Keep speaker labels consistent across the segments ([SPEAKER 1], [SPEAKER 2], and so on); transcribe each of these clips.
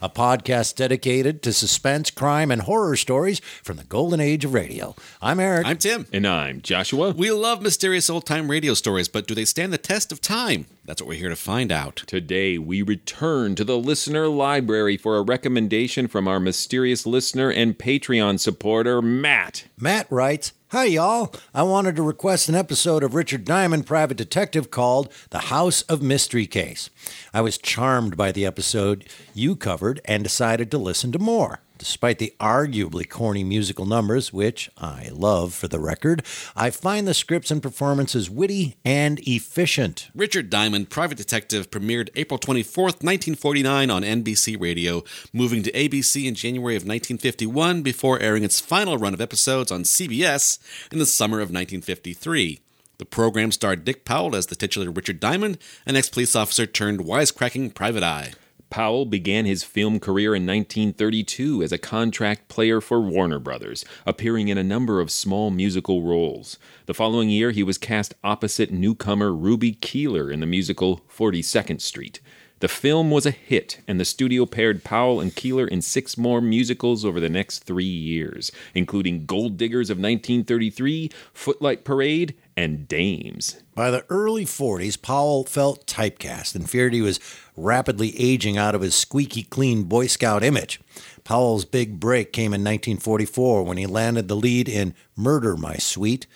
[SPEAKER 1] a podcast dedicated to suspense, crime, and horror stories from the golden age of radio. I'm Eric.
[SPEAKER 2] I'm Tim.
[SPEAKER 3] And I'm Joshua.
[SPEAKER 2] We love mysterious old time radio stories, but do they stand the test of time? That's what we're here to find out.
[SPEAKER 3] Today, we return to the listener library for a recommendation from our mysterious listener and Patreon supporter, Matt.
[SPEAKER 1] Matt writes Hi, y'all. I wanted to request an episode of Richard Diamond Private Detective called The House of Mystery Case. I was charmed by the episode you covered and decided to listen to more. Despite the arguably corny musical numbers, which I love for the record, I find the scripts and performances witty and efficient.
[SPEAKER 2] Richard Diamond, Private Detective, premiered April 24th, 1949 on NBC Radio, moving to ABC in January of 1951 before airing its final run of episodes on CBS in the summer of 1953. The program starred Dick Powell as the titular Richard Diamond, an ex police officer turned wisecracking private eye.
[SPEAKER 3] Powell began his film career in 1932 as a contract player for Warner Brothers, appearing in a number of small musical roles. The following year, he was cast opposite newcomer Ruby Keeler in the musical 42nd Street. The film was a hit, and the studio paired Powell and Keeler in six more musicals over the next three years, including Gold Diggers of 1933, Footlight Parade, and Dames.
[SPEAKER 1] By the early 40s, Powell felt typecast and feared he was rapidly aging out of his squeaky clean Boy Scout image. Powell's big break came in 1944 when he landed the lead in Murder, My Sweet,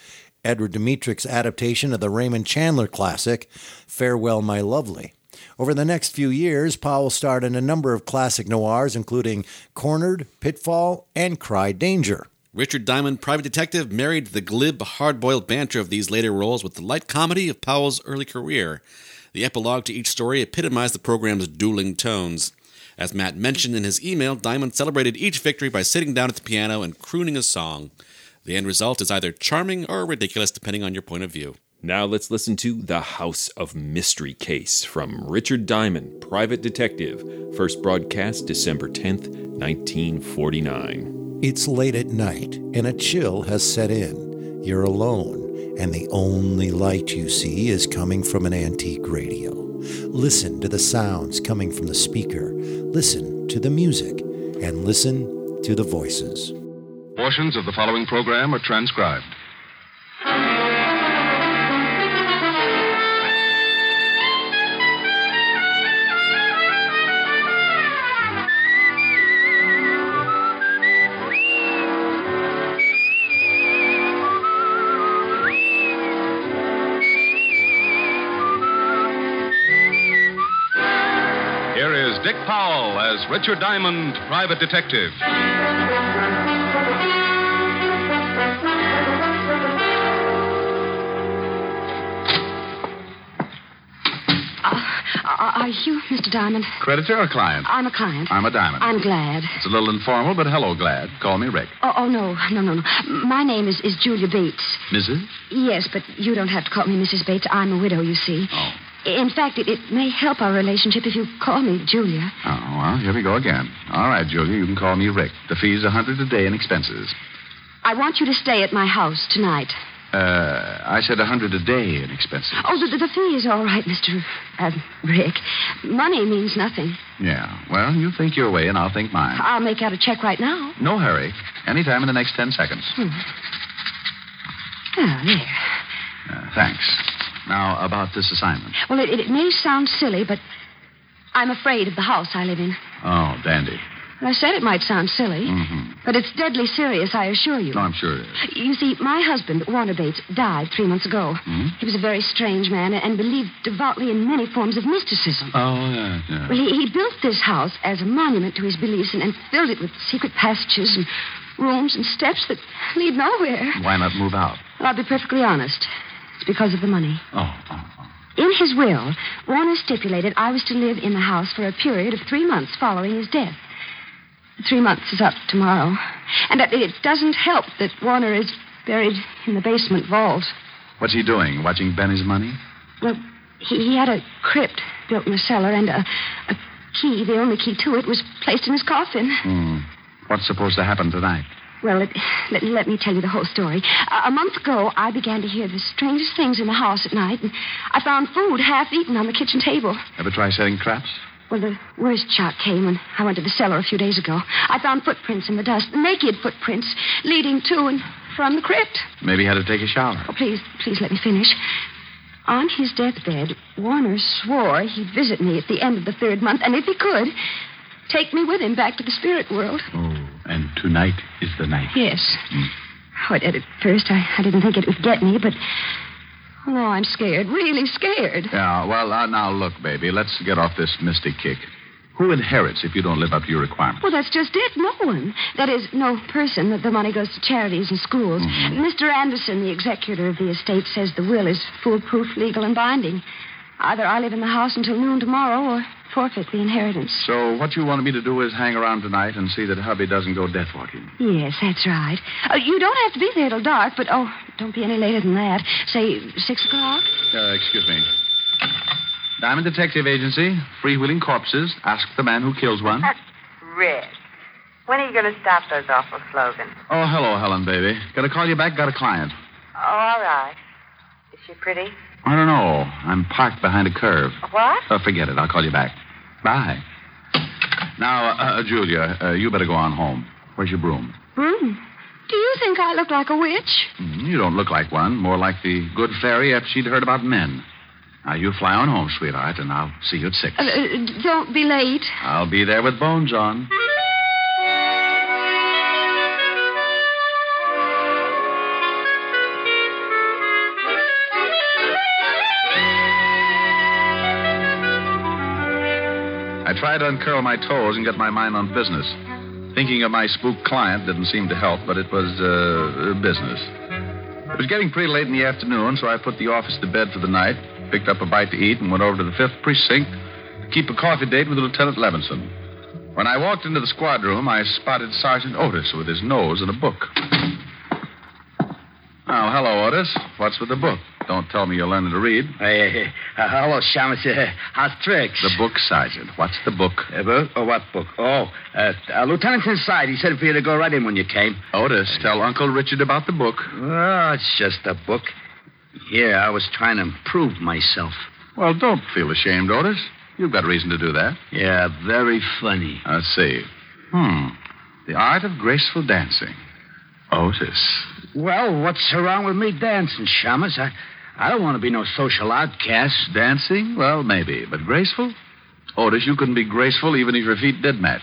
[SPEAKER 1] Edward Dmitrek's adaptation of the Raymond Chandler classic, Farewell, My Lovely. Over the next few years, Powell starred in a number of classic noirs, including Cornered, Pitfall, and Cry Danger.
[SPEAKER 2] Richard Diamond, private detective, married the glib, hard boiled banter of these later roles with the light comedy of Powell's early career. The epilogue to each story epitomized the program's dueling tones. As Matt mentioned in his email, Diamond celebrated each victory by sitting down at the piano and crooning a song. The end result is either charming or ridiculous, depending on your point of view.
[SPEAKER 3] Now let's listen to The House of Mystery Case from Richard Diamond, Private Detective, first broadcast December 10th, 1949.
[SPEAKER 1] It's late at night, and a chill has set in. You're alone, and the only light you see is coming from an antique radio. Listen to the sounds coming from the speaker, listen to the music, and listen to the voices.
[SPEAKER 4] Portions of the following program are transcribed. Here is Dick Powell as Richard Diamond, private detective.
[SPEAKER 5] Are are you Mr. Diamond?
[SPEAKER 4] Creditor or client?
[SPEAKER 5] I'm a client.
[SPEAKER 4] I'm a diamond.
[SPEAKER 5] I'm glad.
[SPEAKER 4] It's a little informal, but hello, Glad. Call me Rick.
[SPEAKER 5] Oh, oh, no, no, no, no. My name is, is Julia Bates.
[SPEAKER 4] Mrs.?
[SPEAKER 5] Yes, but you don't have to call me Mrs. Bates. I'm a widow, you see.
[SPEAKER 4] Oh.
[SPEAKER 5] In fact, it, it may help our relationship if you call me Julia.
[SPEAKER 4] Oh, well, here we go again. All right, Julia, you can call me Rick. The fee's a hundred a day in expenses.
[SPEAKER 5] I want you to stay at my house tonight.
[SPEAKER 4] Uh, I said a hundred a day in expenses.
[SPEAKER 5] Oh, the, the fee is all right, Mr. Uh, Rick. Money means nothing.
[SPEAKER 4] Yeah. Well, you think your way, and I'll think mine.
[SPEAKER 5] I'll make out a check right now.
[SPEAKER 4] No hurry. Any time in the next ten seconds.
[SPEAKER 5] Oh, there.
[SPEAKER 4] Uh, thanks. Now, about this assignment.
[SPEAKER 5] Well, it, it, it may sound silly, but I'm afraid of the house I live in.
[SPEAKER 4] Oh, dandy.
[SPEAKER 5] I said it might sound silly, but it's deadly serious, I assure you.
[SPEAKER 4] No, I'm sure it is.
[SPEAKER 5] You see, my husband, Warner Bates, died three months ago. He was a very strange man and believed devoutly in many forms of mysticism.
[SPEAKER 4] Oh, yeah, yeah.
[SPEAKER 5] Well, he, he built this house as a monument to his beliefs and, and filled it with secret passages and rooms and steps that lead nowhere.
[SPEAKER 4] Why not move out?
[SPEAKER 5] Well, I'll be perfectly honest. It's because of the money.
[SPEAKER 4] Oh, oh, oh.
[SPEAKER 5] In his will, Warner stipulated I was to live in the house for a period of three months following his death. Three months is up tomorrow. And it- it doesn't help that Warner is buried in the basement vault.
[SPEAKER 4] What's he doing? Watching Benny's money?
[SPEAKER 5] Well, he, he had a crypt built in the cellar, and a, a key, the only key to it, was placed in his coffin.
[SPEAKER 4] Hmm. What's supposed to happen tonight?
[SPEAKER 5] Well, let, let, let me tell you the whole story. A, a month ago, I began to hear the strangest things in the house at night, and I found food half eaten on the kitchen table.
[SPEAKER 4] Ever try setting traps?
[SPEAKER 5] Well, the worst shock came when I went to the cellar a few days ago. I found footprints in the dust, naked footprints, leading to and from the crypt.
[SPEAKER 4] Maybe he had to take a shower.
[SPEAKER 5] Oh, please, please let me finish. On his deathbed, Warner swore he'd visit me at the end of the third month, and if he could, take me with him back to the spirit world.
[SPEAKER 4] Oh, and tonight is the night.
[SPEAKER 5] Yes. Oh, at, at first, I, I didn't think it would get me, but. Oh, no, I'm scared, really scared.
[SPEAKER 4] Yeah, well, uh, now look, baby, let's get off this mystic kick. Who inherits if you don't live up to your requirements?
[SPEAKER 5] Well, that's just it. No one. That is, no person. The, the money goes to charities and schools. Mr. Anderson, the executor of the estate, says the will is foolproof, legal, and binding. Either I live in the house until noon tomorrow or forfeit the inheritance.
[SPEAKER 4] So what you want me to do is hang around tonight and see that hubby doesn't go death walking.
[SPEAKER 5] Yes, that's right. Uh, you don't have to be there till dark, but, oh, don't be any later than that. Say, six o'clock?
[SPEAKER 4] Uh, excuse me. Diamond Detective Agency, freewheeling corpses. Ask the man who kills one.
[SPEAKER 6] Rick, when are you going to stop those awful slogans?
[SPEAKER 4] Oh, hello, Helen, baby. Gotta call you back. Got a client.
[SPEAKER 6] Oh, all right. Is she pretty?
[SPEAKER 4] I don't know. I'm parked behind a curve.
[SPEAKER 6] What?
[SPEAKER 4] Oh, forget it. I'll call you back. Bye. Now, uh, uh, Julia, uh, you better go on home. Where's your broom?
[SPEAKER 5] Broom. Do you think I look like a witch?
[SPEAKER 4] Mm, You don't look like one. More like the good fairy after she'd heard about men. Now, you fly on home, sweetheart, and I'll see you at six.
[SPEAKER 5] Uh, uh, don't be late.
[SPEAKER 4] I'll be there with Bones on. I tried to uncurl my toes and get my mind on business. Thinking of my spook client didn't seem to help, but it was uh, business. It was getting pretty late in the afternoon, so I put the office to bed for the night, picked up a bite to eat, and went over to the 5th Precinct to keep a coffee date with Lieutenant Levinson. When I walked into the squad room, I spotted Sergeant Otis with his nose in a book. Oh, hello, Otis. What's with the book? Don't tell me you're learning to read.
[SPEAKER 7] Hey, hey, uh, hello, Shamus. Uh, how's tricks?
[SPEAKER 4] The book, Sergeant. What's the book?
[SPEAKER 7] Uh, book? Oh, what book? Oh, uh, uh, Lieutenant's inside. He said for you to go right in when you came.
[SPEAKER 4] Otis, tell Uncle Richard about the book.
[SPEAKER 7] Oh, it's just a book. Here, I was trying to improve myself.
[SPEAKER 4] Well, don't feel ashamed, Otis. You've got reason to do that.
[SPEAKER 7] Yeah, very funny.
[SPEAKER 4] I see. Hmm. The art of graceful dancing. Otis.
[SPEAKER 7] Well, what's wrong with me dancing, Shamus? I, I don't want to be no social outcast.
[SPEAKER 4] Dancing? Well, maybe, but graceful? Otis, you couldn't be graceful even if your feet did match.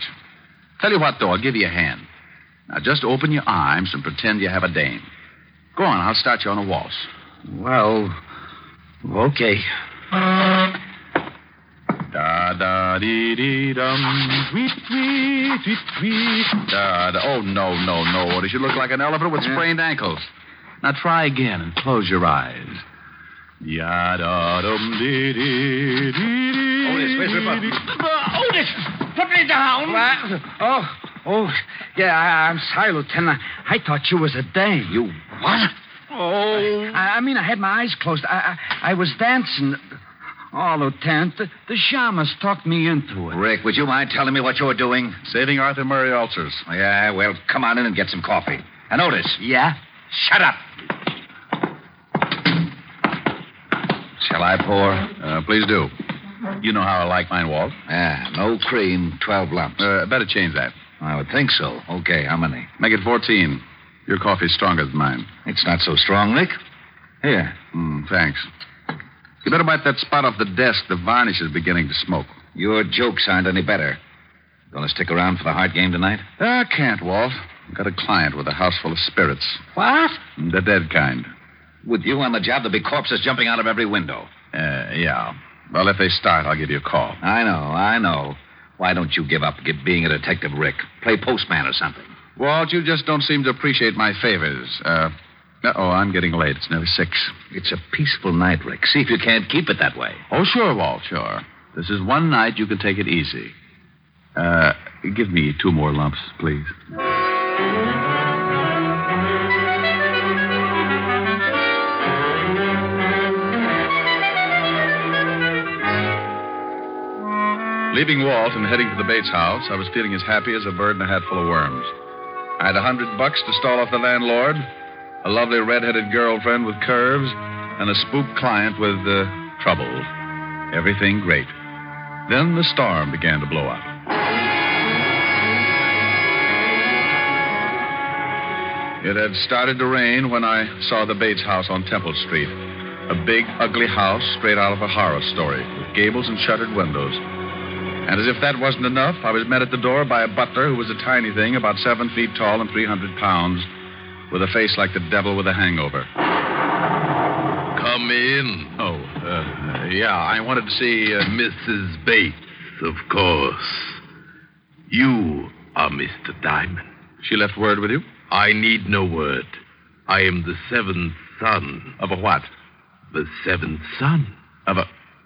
[SPEAKER 4] Tell you what, though, I'll give you a hand. Now just open your arms and pretend you have a dame. Go on, I'll start you on a waltz.
[SPEAKER 7] Well, okay.
[SPEAKER 4] Da da dee dee dum, tweet tweet tweet tweet. Da da. Oh no no no! Otis, you look like an elephant with sprained ankles. Now try again and close your eyes. Ya da dum dee dee dee dee.
[SPEAKER 7] Otis, Oh, where's the button?
[SPEAKER 4] button?
[SPEAKER 7] Otis, put me down. Oh, oh, yeah, I, I'm sorry, Lieutenant. I, I thought you was a dame. You what? Oh. I, I mean, I had my eyes closed. I, I, I was dancing. Oh, Lieutenant, the, the shamus talked me into it.
[SPEAKER 4] Rick, would you mind telling me what you were doing? Saving Arthur Murray ulcers. Yeah, well, come on in and get some coffee. And Otis,
[SPEAKER 7] Yeah?
[SPEAKER 4] shut up. Shall I pour? Uh, please do. You know how I like mine, Walt.
[SPEAKER 7] Ah, no cream, 12 lumps.
[SPEAKER 4] Uh, better change that.
[SPEAKER 7] I would think so. Okay, how many?
[SPEAKER 4] Make it 14. Your coffee's stronger than mine.
[SPEAKER 7] It's not so strong, Rick. Here.
[SPEAKER 4] Mm, thanks. You better bite that spot off the desk. The varnish is beginning to smoke.
[SPEAKER 7] Your jokes aren't any better. Gonna stick around for the hard game tonight?
[SPEAKER 4] I Uh, can't, Walt. Got a client with a house full of spirits.
[SPEAKER 7] What?
[SPEAKER 4] The dead kind.
[SPEAKER 7] With you on the job, there'll be corpses jumping out of every window.
[SPEAKER 4] Uh, yeah. Well, if they start, I'll give you a call.
[SPEAKER 7] I know, I know. Why don't you give up get being a detective, Rick? Play postman or something.
[SPEAKER 4] Walt, you just don't seem to appreciate my favors. Uh, oh, I'm getting late. It's nearly six.
[SPEAKER 7] It's a peaceful night, Rick. See if you can't keep it that way.
[SPEAKER 4] Oh, sure, Walt, sure. This is one night you can take it easy. Uh, Give me two more lumps, please. Leaving Walt and heading for the Bates house, I was feeling as happy as a bird in a hat full of worms. I had a hundred bucks to stall off the landlord, a lovely red-headed girlfriend with curves, and a spook client with uh, trouble. Everything great. Then the storm began to blow up. It had started to rain when I saw the Bates house on Temple Street. A big, ugly house straight out of a horror story, with gables and shuttered windows. And as if that wasn't enough, I was met at the door by a butler who was a tiny thing, about seven feet tall and 300 pounds, with a face like the devil with a hangover.
[SPEAKER 8] Come in.
[SPEAKER 4] Oh, uh, yeah, I wanted to see uh, Mrs.
[SPEAKER 8] Bates, of course. You are Mr. Diamond.
[SPEAKER 4] She left word with you?
[SPEAKER 8] I need no word. I am the seventh son.
[SPEAKER 4] Of a what?
[SPEAKER 8] The seventh son.
[SPEAKER 4] Of a.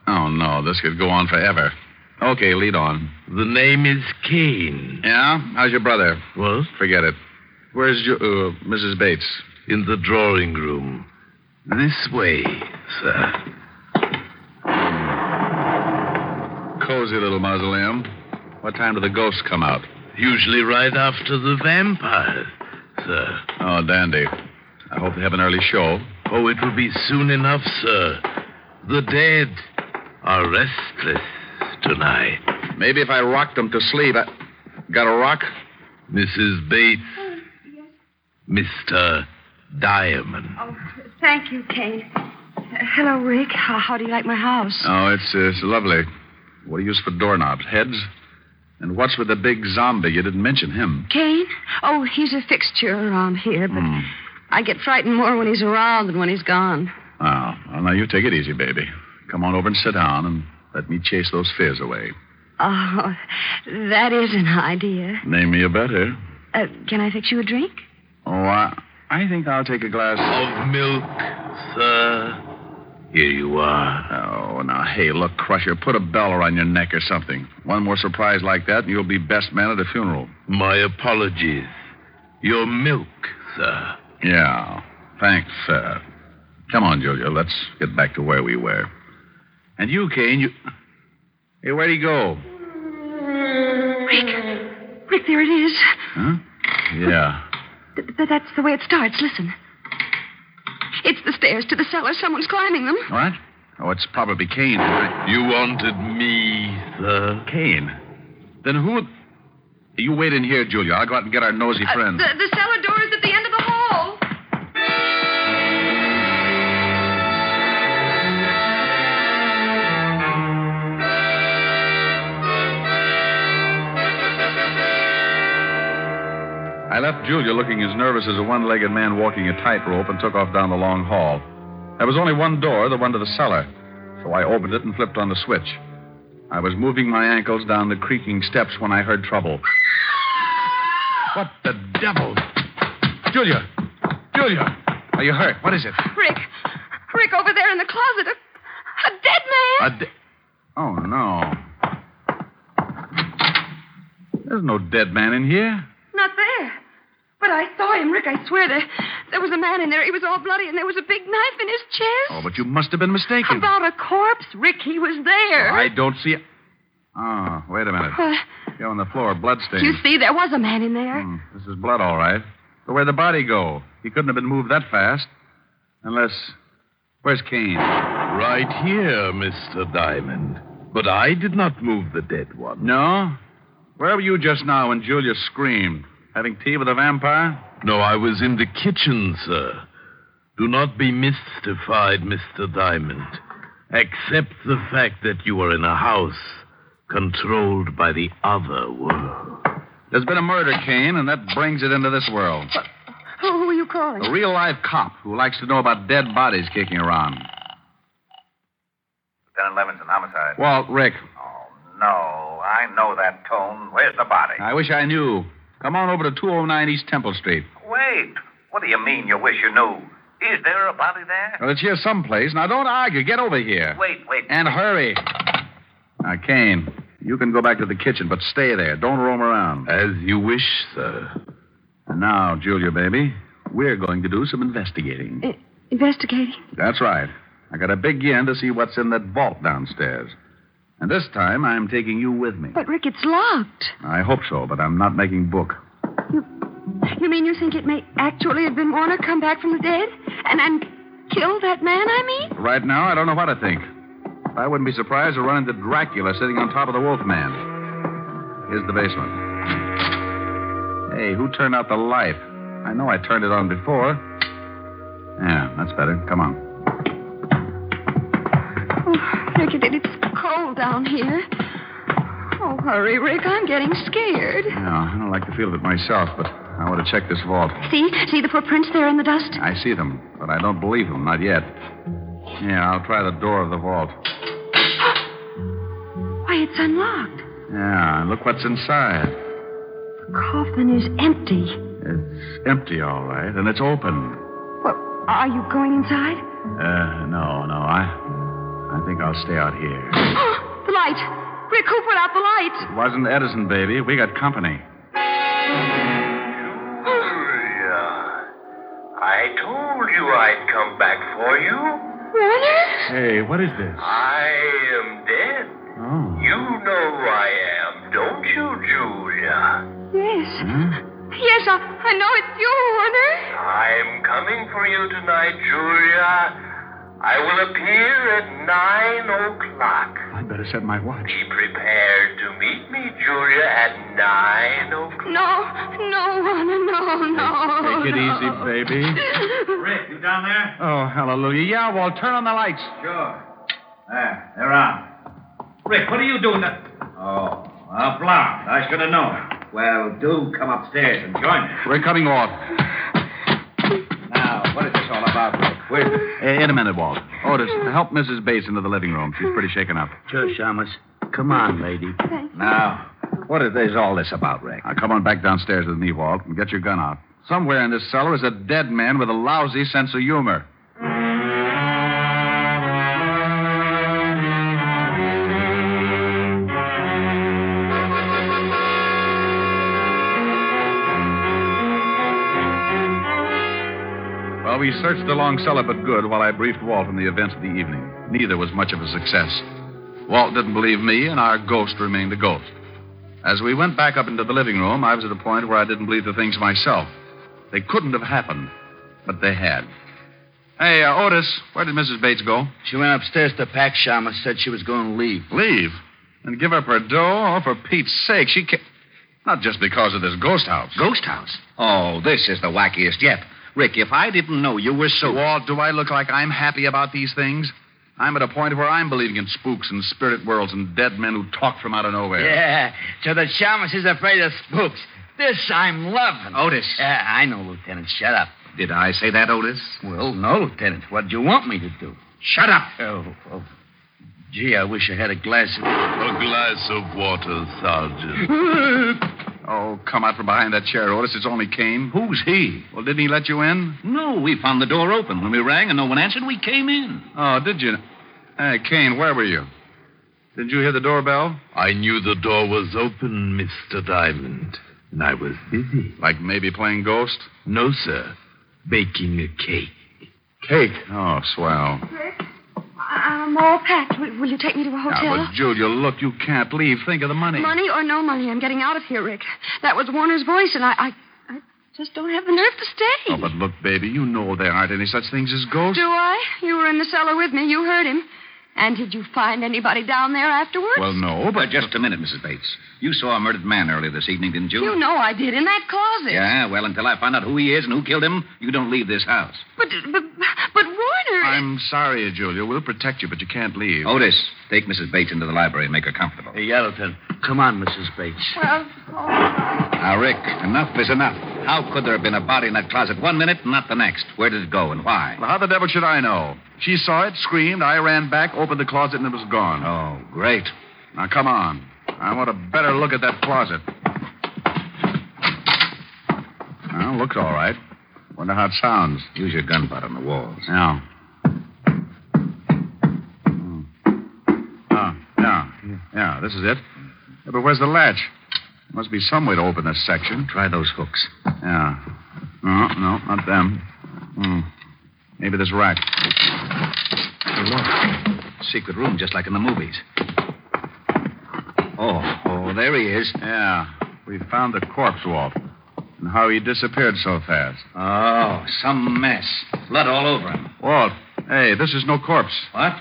[SPEAKER 4] Oh, no, this could go on forever. Okay, lead on.
[SPEAKER 8] The name is Cain.
[SPEAKER 4] Yeah? How's your brother?
[SPEAKER 8] What?
[SPEAKER 4] Forget it. Where's your. Uh, Mrs. Bates?
[SPEAKER 8] In the drawing room. This way, sir.
[SPEAKER 4] Cozy little mausoleum. What time do the ghosts come out?
[SPEAKER 8] Usually right after the vampire, sir.
[SPEAKER 4] Oh, dandy. I hope they have an early show.
[SPEAKER 8] Oh, it will be soon enough, sir. The dead are restless tonight.
[SPEAKER 4] Maybe if I rocked them to sleep, I. Got a rock?
[SPEAKER 8] Mrs. Bates, Mr. Diamond.
[SPEAKER 5] Oh, thank you, Kate. Uh, hello, Rick. How, how do you like my house?
[SPEAKER 4] Oh, it's, uh, it's lovely. What do you use for doorknobs? Heads? And what's with the big zombie? You didn't mention him.
[SPEAKER 5] Kane? Oh, he's a fixture around here, but
[SPEAKER 4] Hmm.
[SPEAKER 5] I get frightened more when he's around than when he's gone.
[SPEAKER 4] Oh, well, now you take it easy, baby. Come on over and sit down and let me chase those fears away.
[SPEAKER 5] Oh, that is an idea.
[SPEAKER 4] Name me a better.
[SPEAKER 5] Uh, can I fix you a drink?
[SPEAKER 4] Oh, I, I think I'll take a glass.
[SPEAKER 8] Of milk, sir. Here you are.
[SPEAKER 4] Oh, now, hey, look, Crusher, put a bell around your neck or something. One more surprise like that, and you'll be best man at a funeral.
[SPEAKER 8] My apologies. Your milk, sir.
[SPEAKER 4] Yeah. Thanks, sir. Come on, Julia. Let's get back to where we were. And you, Kane, you. Hey, where'd he go?
[SPEAKER 5] Rick. Rick, there it is.
[SPEAKER 4] Huh? Yeah.
[SPEAKER 5] Th- th- that's the way it starts. Listen. It's the stairs to the cellar. Someone's climbing them.
[SPEAKER 4] What? Oh, it's probably Kane.
[SPEAKER 8] You wanted me, sir.
[SPEAKER 4] Kane? Then who. You wait in here, Julia. I'll go out and get our nosy
[SPEAKER 5] Uh,
[SPEAKER 4] friend.
[SPEAKER 5] the, the cellar door is at the end of the hall.
[SPEAKER 4] I left Julia looking as nervous as a one legged man walking a tightrope and took off down the long hall. There was only one door, the one to the cellar, so I opened it and flipped on the switch. I was moving my ankles down the creaking steps when I heard trouble. What the devil? Julia! Julia! Are you hurt? What is it?
[SPEAKER 5] Rick. Rick, over there in the closet. A, a dead man.
[SPEAKER 4] A de- oh, no. There's no dead man in here.
[SPEAKER 5] Not there. But I saw him, Rick. I swear there, there was a man in there. He was all bloody, and there was a big knife in his chest.
[SPEAKER 4] Oh, but you must have been mistaken.
[SPEAKER 5] About a corpse, Rick. He was there.
[SPEAKER 4] I don't see. Oh, wait a minute.
[SPEAKER 5] Well,
[SPEAKER 4] Here on the floor, bloodstains.
[SPEAKER 5] you see, there was a man in there.
[SPEAKER 4] Hmm, This is blood, all right. But where'd the body go? He couldn't have been moved that fast. Unless. Where's Kane?
[SPEAKER 8] Right here, Mr. Diamond. But I did not move the dead one.
[SPEAKER 4] No? Where were you just now when Julia screamed? Having tea with a vampire?
[SPEAKER 8] No, I was in the kitchen, sir. Do not be mystified, Mr. Diamond. Accept the fact that you are in a house controlled by the other world.
[SPEAKER 4] There's been a murder, Kane, and that brings it into this world.
[SPEAKER 5] Who, who are you calling?
[SPEAKER 4] A real live cop who likes to know about dead bodies kicking around.
[SPEAKER 9] Lieutenant Levinson, homicide.
[SPEAKER 4] Walt, Rick,
[SPEAKER 9] Oh, no. I know that tone. Where's the body?
[SPEAKER 4] I wish I knew. Come on over to 209 East Temple Street.
[SPEAKER 9] Wait. What do you mean you wish you knew? Is there a body there?
[SPEAKER 4] Well, it's here someplace. Now, don't argue. Get over here.
[SPEAKER 9] Wait, wait.
[SPEAKER 4] And hurry. Now, Kane, You can go back to the kitchen, but stay there. Don't roam around. As you wish, sir. And now, Julia, baby, we're going to do some investigating.
[SPEAKER 5] Investigating?
[SPEAKER 4] That's right. I got a big yen to see what's in that vault downstairs. And this time, I'm taking you with me.
[SPEAKER 5] But, Rick, it's locked.
[SPEAKER 4] I hope so, but I'm not making book.
[SPEAKER 5] You mean you think it may actually have been Warner come back from the dead? And, and kill that man, I mean?
[SPEAKER 4] Right now, I don't know what to think. I wouldn't be surprised to run into Dracula sitting on top of the Wolfman. Here's the basement. Hey, who turned out the light? I know I turned it on before. Yeah, that's better. Come on.
[SPEAKER 5] Oh, Rick, it, it's cold down here. Oh, hurry, Rick. I'm getting scared.
[SPEAKER 4] Yeah, I don't like the feel of it myself, but I want to check this vault.
[SPEAKER 5] See? See the footprints there in the dust?
[SPEAKER 4] I see them, but I don't believe them, not yet. Yeah, I'll try the door of the vault.
[SPEAKER 5] Why, it's unlocked.
[SPEAKER 4] Yeah, and look what's inside.
[SPEAKER 5] The coffin is empty.
[SPEAKER 4] It's empty, all right, and it's open.
[SPEAKER 5] Well, are you going inside?
[SPEAKER 4] Uh, no, no, I, I think I'll stay out here.
[SPEAKER 5] Oh, the light! Rick, who put out the light?
[SPEAKER 4] It wasn't Edison, baby. We got company.
[SPEAKER 9] Oh, I told you I'd come back for you.
[SPEAKER 5] Warner?
[SPEAKER 4] Hey, what is this?
[SPEAKER 9] I am dead.
[SPEAKER 4] Oh,
[SPEAKER 9] You know I am, don't you, Julia?
[SPEAKER 5] Yes. Yes, I, I know it's you, Warner.
[SPEAKER 9] I'm coming for you tonight, Julia. I will appear at nine o'clock.
[SPEAKER 4] I better set my watch.
[SPEAKER 9] Be prepared to meet me, Julia, at nine o'clock.
[SPEAKER 5] No, Oh, no, Warner, no, no.
[SPEAKER 4] Take it easy, baby.
[SPEAKER 10] Rick, you down there?
[SPEAKER 4] Oh, hallelujah. Yeah, Walt, turn on the lights.
[SPEAKER 10] Sure. There, they're on. Rick, what are you doing? That... Oh, a blonde. I should have known. Well, do come upstairs and join me.
[SPEAKER 4] We're coming, Walt.
[SPEAKER 10] Now, what is this all about, Rick? Where's
[SPEAKER 4] Eh, In a minute, Walt. Otis, help Mrs. Bates into the living room. She's pretty shaken up.
[SPEAKER 10] Sure, Shamus. Come on, lady. Now, what is this all this about, Rick?
[SPEAKER 4] Now, come on back downstairs with me, Walt, and get your gun out. Somewhere in this cellar is a dead man with a lousy sense of humor. Well, we searched along cellar but good while I briefed Walt on the events of the evening. Neither was much of a success. Walt didn't believe me, and our ghost remained a ghost. As we went back up into the living room, I was at a point where I didn't believe the things myself. They couldn't have happened, but they had. Hey, uh, Otis, where did Mrs. Bates go?
[SPEAKER 10] She went upstairs to pack, Shamus. Said she was going to leave.
[SPEAKER 4] Leave and give up her dough? Oh, for Pete's sake, she can't. Not just because of this ghost house.
[SPEAKER 10] Ghost house? Oh, this is the wackiest yet. Rick, if I didn't know you were so.
[SPEAKER 4] Walt, do I look like I'm happy about these things? I'm at a point where I'm believing in spooks and spirit worlds and dead men who talk from out of nowhere.
[SPEAKER 11] Yeah, so the shamus is afraid of spooks. This I'm loving.
[SPEAKER 10] Otis.
[SPEAKER 11] Yeah, I know, Lieutenant. Shut up.
[SPEAKER 10] Did I say that, Otis?
[SPEAKER 11] Well, no, Lieutenant. What'd you want me to do?
[SPEAKER 10] Shut up.
[SPEAKER 11] Oh, oh. Gee, I wish I had a glass of.
[SPEAKER 8] A glass of water, Sergeant.
[SPEAKER 4] Oh, come out from behind that chair, Otis. It's only Kane.
[SPEAKER 10] Who's he?
[SPEAKER 4] Well, didn't he let you in?
[SPEAKER 10] No, we found the door open. When we rang and no one answered, we came in.
[SPEAKER 4] Oh, did you? Hey, Kane, where were you? Did you hear the doorbell?
[SPEAKER 8] I knew the door was open, Mr. Diamond, and I was busy.
[SPEAKER 4] Like maybe playing ghost?
[SPEAKER 8] No, sir. Baking a cake.
[SPEAKER 4] Cake. Oh, swell.
[SPEAKER 5] I- Uh, I'm all packed. Will, will you take me to a
[SPEAKER 4] Now,
[SPEAKER 5] hotel?
[SPEAKER 4] but Julia, look, you can't leave. Think of the money.
[SPEAKER 5] Money or no money, I'm getting out of here, Rick. That was Warner's voice, and I, I, I just don't have the nerve to stay.
[SPEAKER 4] Oh, but look, baby, you know there aren't any such things as ghosts.
[SPEAKER 5] Do I? You were in the cellar with me. You heard him. And did you find anybody down there afterwards?
[SPEAKER 4] Well, no, but
[SPEAKER 10] But just a minute, Mrs. Bates. You saw a murdered man earlier this evening, didn't you?
[SPEAKER 5] You know I did in that closet.
[SPEAKER 10] Yeah, well, until I find out who he is and who killed him, you don't leave this house.
[SPEAKER 5] But, but, but Warner.
[SPEAKER 4] I'm sorry, Julia. We'll protect you, but you can't leave.
[SPEAKER 10] Otis, take Mrs. Bates into the library and make her comfortable.
[SPEAKER 11] Hey, yeah, Lieutenant. Come on, Mrs. Bates.
[SPEAKER 5] Well,
[SPEAKER 10] Now, Rick, enough is enough. How could there have been a body in that closet one minute and not the next? Where did it go and why?
[SPEAKER 4] Well, how the devil should I know? She saw it, screamed. I ran back, opened the closet, and it was gone.
[SPEAKER 10] Oh, great.
[SPEAKER 4] Now, come on. I want a better look at that closet. Well, looks all right. Wonder how it sounds.
[SPEAKER 10] Use your gun butt on the walls.
[SPEAKER 4] Now. Oh, Ah, yeah. Yeah, this is it.
[SPEAKER 12] Yeah, but where's the latch?
[SPEAKER 4] There must be some way to open this section. Try those hooks. Yeah. No, no, not them. Hmm. Maybe this rack.
[SPEAKER 13] Hey, look. Secret room, just like in the movies.
[SPEAKER 4] Oh, oh, there he is. Yeah. We found the corpse, Walt. And how he disappeared so fast.
[SPEAKER 13] Oh, some mess. Blood all over him.
[SPEAKER 4] Walt, hey, this is no corpse.
[SPEAKER 13] What?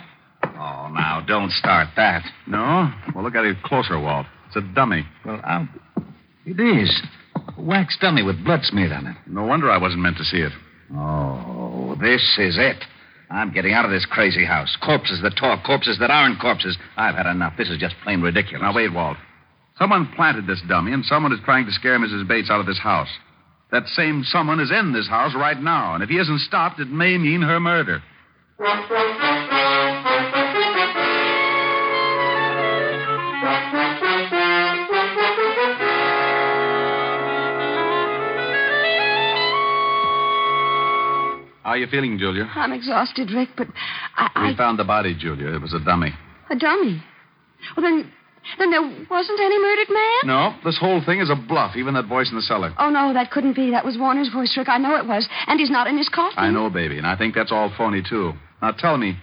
[SPEAKER 13] Oh, now, don't start that.
[SPEAKER 4] No? Well, look at it closer, Walt. It's a dummy.
[SPEAKER 13] Well, i It is. A wax dummy with blood smeared on it.
[SPEAKER 4] No wonder I wasn't meant to see it.
[SPEAKER 13] Oh, this is it. I'm getting out of this crazy house. Corpses that talk, corpses that aren't corpses. I've had enough. This is just plain ridiculous.
[SPEAKER 4] Now, wait, Walt. Someone planted this dummy, and someone is trying to scare Mrs. Bates out of this house. That same someone is in this house right now, and if he isn't stopped, it may mean her murder. How are you feeling, Julia?
[SPEAKER 5] I'm exhausted, Rick, but
[SPEAKER 4] We found the body, Julia. It was a dummy.
[SPEAKER 5] a dummy. Well, then, then there wasn't any murdered man?
[SPEAKER 4] No, this whole thing is a bluff, even that voice in the cellar.
[SPEAKER 5] Oh, no, that couldn't be. That was Warner's voice, Rick. I know it was. And he's not in his coffin.
[SPEAKER 4] I know, baby, and I think that's all phony, too. Now tell me,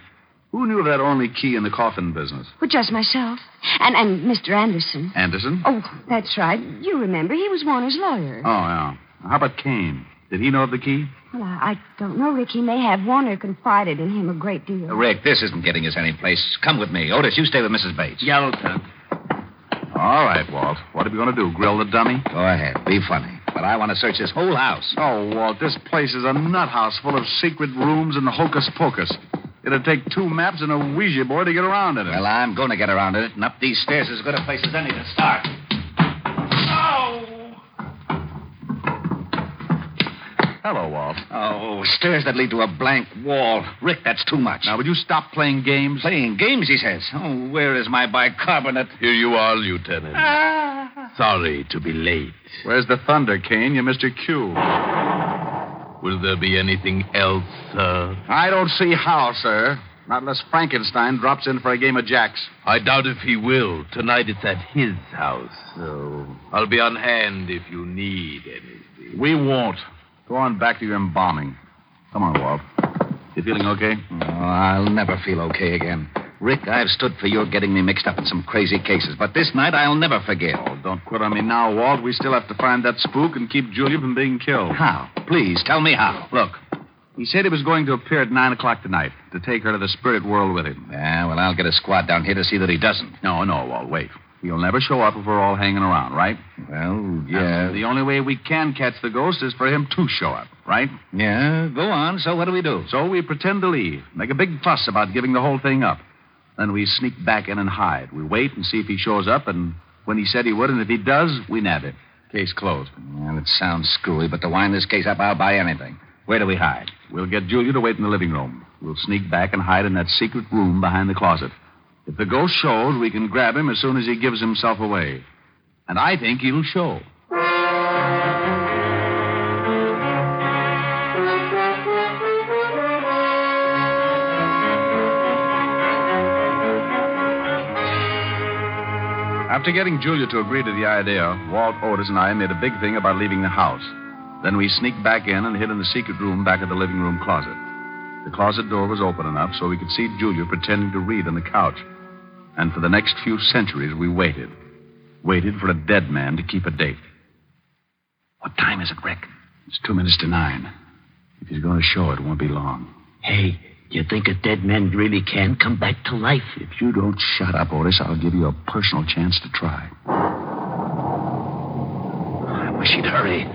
[SPEAKER 4] who knew of that only key in the coffin business?
[SPEAKER 5] Well, just myself. And, and Mr. Anderson.
[SPEAKER 4] Anderson?
[SPEAKER 5] Oh, that's right. You remember. He was Warner's lawyer.
[SPEAKER 4] Oh, yeah. How about Kane? Did he know of the key?
[SPEAKER 5] Well, I, I don't know, Rick. He may have Warner confided in him a great deal.
[SPEAKER 4] Uh, Oh,
[SPEAKER 13] Rick, this isn't getting us anyplace. Come with me. Otis, you stay with Mrs. Bates. Yeah, Lieutenant.
[SPEAKER 4] All right, Walt. What are we going to do? Grill the dummy?
[SPEAKER 13] Go ahead. Be funny. But I want to search this whole house.
[SPEAKER 4] Oh, Walt, this place is a nut house full of secret rooms and hocus pocus. It'd take two maps and a Ouija board to get around it.
[SPEAKER 13] Well, I'm going to get around it, and up these stairs is as good a place as any to start.
[SPEAKER 4] Hello, Walt.
[SPEAKER 13] Oh, stairs that lead to a blank wall. Rick, that's too much.
[SPEAKER 4] Now, would you stop playing games?
[SPEAKER 13] Playing games, he says. Oh, where is my bicarbonate? Ah.
[SPEAKER 8] Here you are, Lieutenant. Sorry to be late.
[SPEAKER 4] Where's the thunder, Kane? You're Mr. Q.
[SPEAKER 8] Will there be anything else, sir?
[SPEAKER 4] I don't see how, sir. Not unless Frankenstein drops in for a game of jacks.
[SPEAKER 8] I doubt if he will. Tonight it's at his house, so I'll be on hand if you need anything.
[SPEAKER 4] We won't. Go on back to your embalming. Come on, Walt. You feeling okay?
[SPEAKER 13] Oh, I'll never feel okay again. Rick, I've stood for your getting me mixed up in some crazy cases, but this night I'll never forgive.
[SPEAKER 4] Oh, don't quit on me now, Walt. We still have to find that spook and keep Julia from being killed.
[SPEAKER 13] How? Please, tell me how.
[SPEAKER 4] Look, he said he was going to appear at 9 o'clock tonight to take her to the spirit world with him.
[SPEAKER 13] Yeah, well, I'll get a squad down here to see that he doesn't.
[SPEAKER 4] No, no, Walt, wait. He'll never show up if we're all hanging around, right?
[SPEAKER 13] Well,
[SPEAKER 4] And the only way we can catch the ghost is for him to show up, right?
[SPEAKER 13] Yeah, go on. So what do we do?
[SPEAKER 4] So we pretend to leave, make a big fuss about giving the whole thing up. Then we sneak back in and hide. We wait and see if he shows up, and when he said he would, and if he does, we nab him. Case closed.
[SPEAKER 13] Well, it sounds screwy, but to wind this case up, I'll buy anything. Where do we hide?
[SPEAKER 4] We'll get Julia to wait in the living room. We'll sneak back and hide in that secret room behind the closet. If the ghost shows, we can grab him as soon as he gives himself away. And I think he'll show. After getting Julia to agree to the idea, Walt Otis and I made a big thing about leaving the house. Then we sneaked back in and hid in the secret room back of the living room closet. The closet door was open enough so we could see Julia pretending to read on the couch. And for the next few centuries, we waited. Waited for a dead man to keep a date.
[SPEAKER 13] What time is it, Rick?
[SPEAKER 4] It's two minutes to nine. If he's going to show, it won't be long.
[SPEAKER 14] Hey, you think a dead man really can come back to life?
[SPEAKER 4] If you don't shut up, Otis, I'll give you a personal chance to try.
[SPEAKER 14] I wish he'd hurry.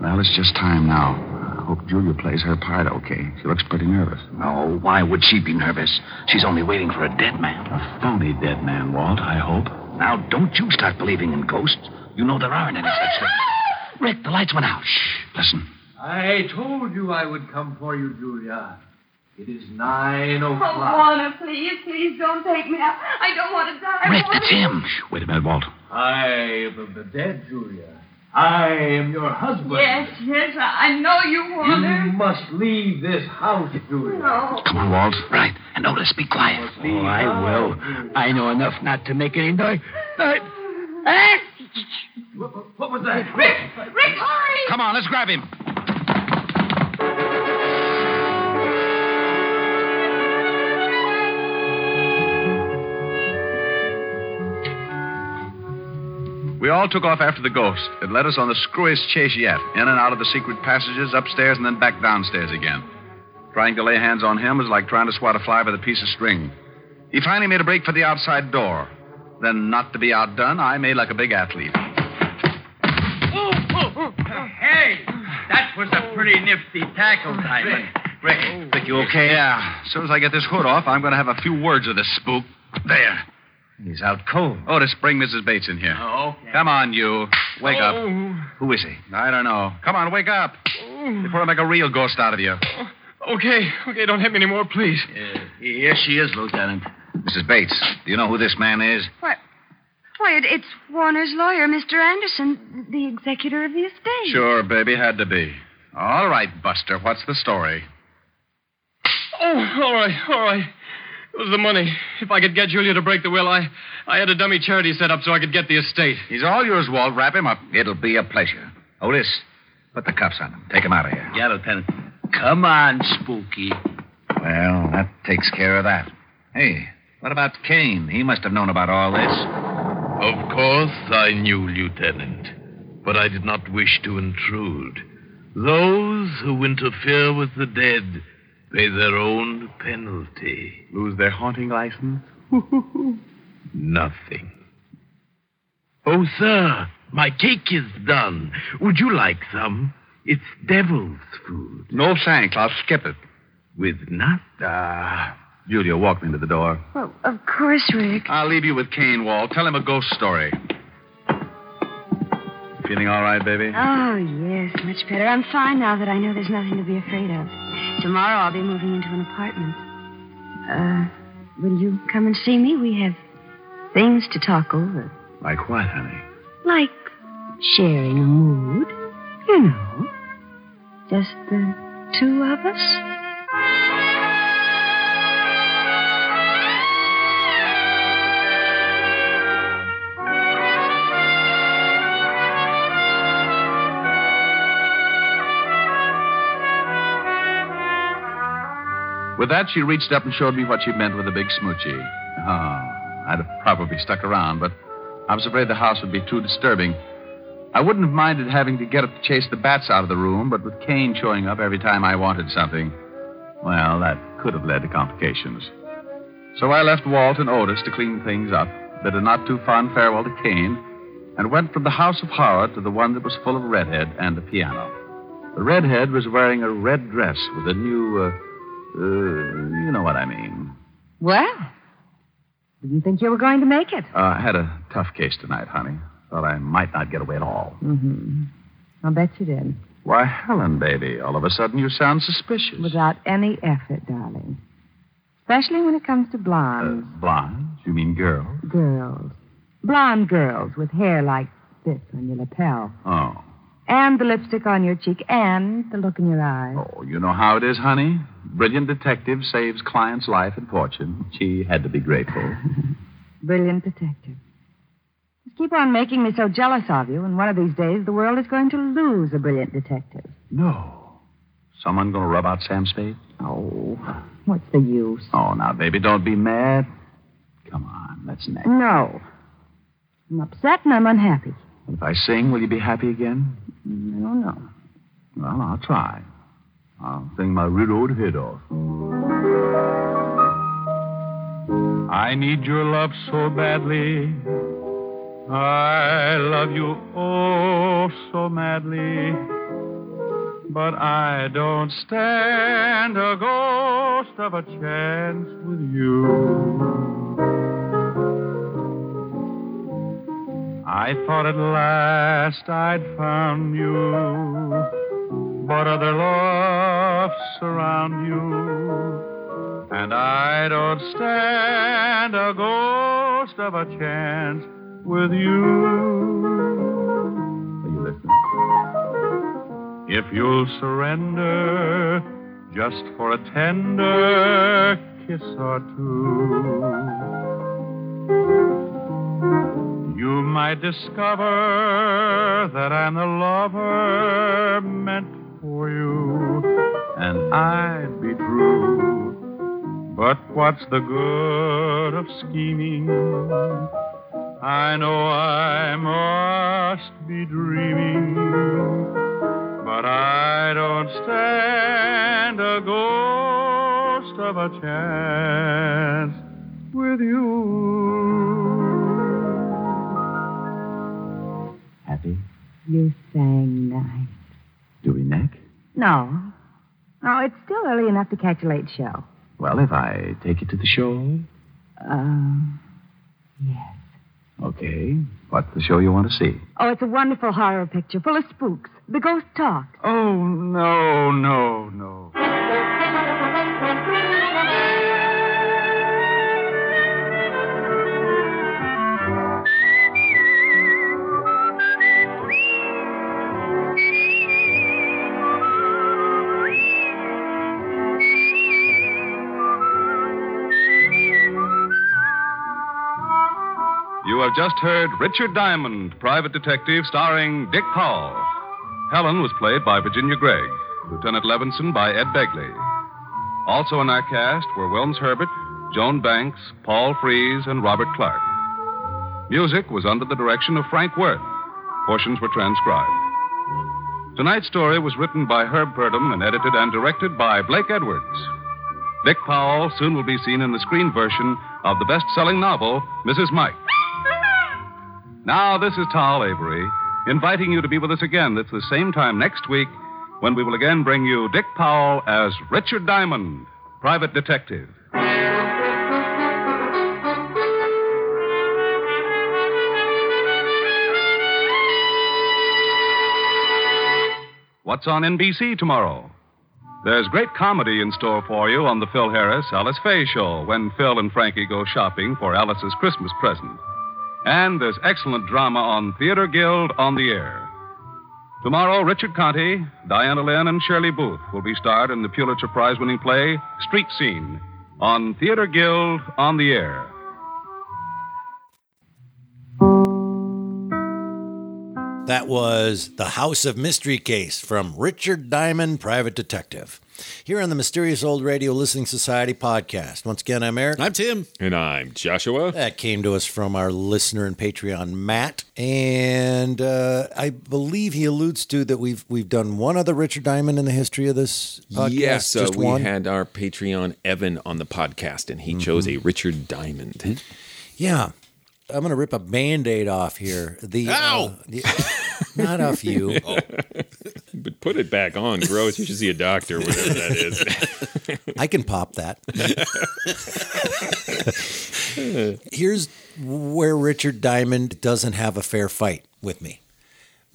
[SPEAKER 4] Well, it's just time now. I hope Julia plays her part okay. She looks pretty nervous.
[SPEAKER 14] No, why would she be nervous? She's only waiting for a dead man.
[SPEAKER 4] A phony dead man, Walt, I hope.
[SPEAKER 14] Now, don't you start believing in ghosts. You know there aren't any such things. Rick, the lights went out. Shh.
[SPEAKER 4] Listen.
[SPEAKER 15] I told you I would come for you, Julia. It is nine
[SPEAKER 16] Oh,
[SPEAKER 15] o'clock.
[SPEAKER 16] Warner, please, please don't take me out. I don't want to die.
[SPEAKER 14] Rick,
[SPEAKER 16] Warner.
[SPEAKER 14] that's him.
[SPEAKER 4] Wait a minute, Walt.
[SPEAKER 15] I am the dead, Julia. I am your husband.
[SPEAKER 16] Yes, yes, I, I know you, Warner.
[SPEAKER 15] You must leave this house, Julia.
[SPEAKER 16] No.
[SPEAKER 14] Come on, Walt. Right. And Otis, be quiet.
[SPEAKER 15] Oh, I
[SPEAKER 14] will. I know enough not to make any noise.
[SPEAKER 15] What, what was that? Rick!
[SPEAKER 16] Rick, hurry!
[SPEAKER 13] Come on, let's grab him.
[SPEAKER 4] We all took off after the ghost. It led us on the screwiest chase yet, in and out of the secret passages, upstairs, and then back downstairs again. Trying to lay hands on him was like trying to swat a fly with a piece of string. He finally made a break for the outside door. Then, not to be outdone, I made like a big athlete.
[SPEAKER 11] Hey, that was a pretty nifty tackle, Diamond.
[SPEAKER 13] Rick, Rick, you okay?
[SPEAKER 4] Yeah. As soon as I get this hood off, I'm going to have a few words with this spook. There.
[SPEAKER 13] He's out cold.
[SPEAKER 4] Otis, bring Mrs. Bates in here.
[SPEAKER 11] Oh,
[SPEAKER 4] Come on, you. Wake up.
[SPEAKER 13] Who is he?
[SPEAKER 4] I don't know. Come on, wake up.
[SPEAKER 11] Oh.
[SPEAKER 4] Before I make a real ghost out of you.
[SPEAKER 15] Okay, okay, don't hit me anymore, please.
[SPEAKER 13] Here Uh, she is, Lieutenant. Mrs. Bates, do you know who this man is?
[SPEAKER 5] What? Why, it, it's Warner's lawyer, Mr. Anderson, the executor of the estate.
[SPEAKER 4] Sure, baby, had to be. All right, Buster, what's the story?
[SPEAKER 15] Oh, all right, all right. It was the money. If I could get Julia to break the will, I, I had a dummy charity set up so I could get the estate.
[SPEAKER 4] He's all yours, Walt. Wrap him up.
[SPEAKER 13] It'll be a pleasure. Otis, put the cuffs on him. Take him out of here.
[SPEAKER 11] Yeah, Lieutenant. Come on, Spooky.
[SPEAKER 13] Well, that takes care of that. Hey, what about Kane? He must have known about all this.
[SPEAKER 8] Of course I knew, Lieutenant, but I did not wish to intrude. Those who interfere with the dead pay their own penalty.
[SPEAKER 4] Lose their haunting license?
[SPEAKER 8] Nothing. Oh, sir, my cake is done. Would you like some? It's devil's food.
[SPEAKER 4] No thanks. I'll skip it.
[SPEAKER 8] With nut?
[SPEAKER 4] Ah. Julia, walk me to the door.
[SPEAKER 5] Well, of course, Rick.
[SPEAKER 4] I'll leave you with Kane, Walt. Tell him a ghost story. Feeling all right, baby?
[SPEAKER 5] Oh, yes, much better. I'm fine now that I know there's nothing to be afraid of. Tomorrow I'll be moving into an apartment. Uh, will you come and see me? We have things to talk over,
[SPEAKER 4] Like what, honey?
[SPEAKER 5] like sharing a mood, you know. Just the two of us.
[SPEAKER 4] With that, she reached up and showed me what she meant with a big smoochie. Oh, I'd have probably stuck around, but I was afraid the house would be too disturbing. I wouldn't have minded having to get up to chase the bats out of the room, but with Kane showing up every time I wanted something, well, that could have led to complications. So I left Walt and Otis to clean things up, bid a not too fond farewell to Kane, and went from the house of horror to the one that was full of redhead and the piano. The redhead was wearing a red dress with a new, uh, uh, you know what I mean.
[SPEAKER 5] Well, didn't think you were going to make it.
[SPEAKER 4] Uh, I had a tough case tonight, honey. Thought I might not get away at all.
[SPEAKER 12] Mm-hmm. I'll bet you did.
[SPEAKER 4] Why, Helen, baby, all of a sudden you sound suspicious.
[SPEAKER 12] Without any effort, darling. Especially when it comes to blondes.
[SPEAKER 4] Blondes? Uh, You mean girls?
[SPEAKER 12] girls. Blonde girls with hair like this on your lapel.
[SPEAKER 4] Oh.
[SPEAKER 12] And the lipstick on your cheek and the look in your eyes.
[SPEAKER 4] Oh, you know how it is, honey? Brilliant detective saves client's life and fortune. She had to be grateful.
[SPEAKER 12] Brilliant detective. Just keep on making me so jealous of you, and one of these days the world is going to lose a brilliant detective.
[SPEAKER 4] no. Someone gonna rub out Sam Spade?
[SPEAKER 12] Oh. What's the use?
[SPEAKER 4] Oh, now, baby, don't be mad. Come on, let's next.
[SPEAKER 12] No. I'm upset and I'm unhappy.
[SPEAKER 4] If I sing, will you be happy again?
[SPEAKER 12] No, no.
[SPEAKER 4] Well, I'll try. I'll sing my real old head off.
[SPEAKER 17] I need your love so badly. I love you oh so madly. But I don't stand a ghost of a chance with you. I thought at last I'd found you, but other loves surround you. And I don't stand a ghost of a chance with you. If you'll surrender just for a tender kiss or two,
[SPEAKER 18] You might discover that I'm the lover meant for you, and I'd be true. But what's the good of scheming? I know I must be dreaming, but I don't stand a ghost of a chance with you.
[SPEAKER 5] Happy? You sang nice.
[SPEAKER 19] Do we neck?
[SPEAKER 5] No. No, it's still early enough to catch a late show.
[SPEAKER 19] Well, if I take it to the show.
[SPEAKER 5] Uh,
[SPEAKER 19] Okay. What's the show you want to see?
[SPEAKER 5] oh, it's a wonderful horror picture full of spooks. The ghost talk.
[SPEAKER 18] Oh, no, no, no.
[SPEAKER 4] You have just heard Richard Diamond, Private Detective, starring Dick Powell. Helen was played by Virginia Gregg, Lieutenant Levinson by Ed Begley. Also in our cast were Wilms Herbert, Joan Banks, Paul Fries, and Robert Clark. Music was under the direction of Frank Worth. Portions were transcribed. Tonight's story was written by Herb Purdom and edited and directed by Blake Edwards. Dick Powell soon will be seen in the screen version of the best selling novel, Mrs. Mike. Now, this is Tal Avery, inviting you to be with us again at the same time next week when we will again bring you Dick Powell as Richard Diamond, private detective. What's on NBC tomorrow? There's great comedy in store for you on the Phil Harris Alice Faye Show when Phil and Frankie go shopping for Alice's Christmas present. And there's excellent drama on Theater Guild on the air. Tomorrow, Richard Conti, Diana Lynn, and Shirley Booth will be starred in the Pulitzer Prize winning play Street Scene on Theater Guild on the air.
[SPEAKER 1] That was The House of Mystery Case from Richard Diamond, Private Detective. Here on the Mysterious Old Radio Listening Society podcast. Once again, I'm Eric.
[SPEAKER 2] I'm Tim.
[SPEAKER 1] And I'm Joshua. That came to us from our listener and Patreon, Matt. And uh, I believe he alludes to that we've we've done one other Richard Diamond in the history of this podcast.
[SPEAKER 3] yes, uh,
[SPEAKER 1] just
[SPEAKER 3] we
[SPEAKER 1] one.
[SPEAKER 3] had our Patreon Evan on the podcast, and he chose
[SPEAKER 1] Mm-hmm.
[SPEAKER 3] a Richard Diamond.
[SPEAKER 1] Yeah. I'm going to rip a band aid off here. The,
[SPEAKER 3] Ow! Oh.
[SPEAKER 1] Uh, the, not off you.
[SPEAKER 3] but put it back on. Gross. You should see a doctor, whatever that is.
[SPEAKER 1] I can pop that. Here's where Richard Diamond doesn't have a fair fight with me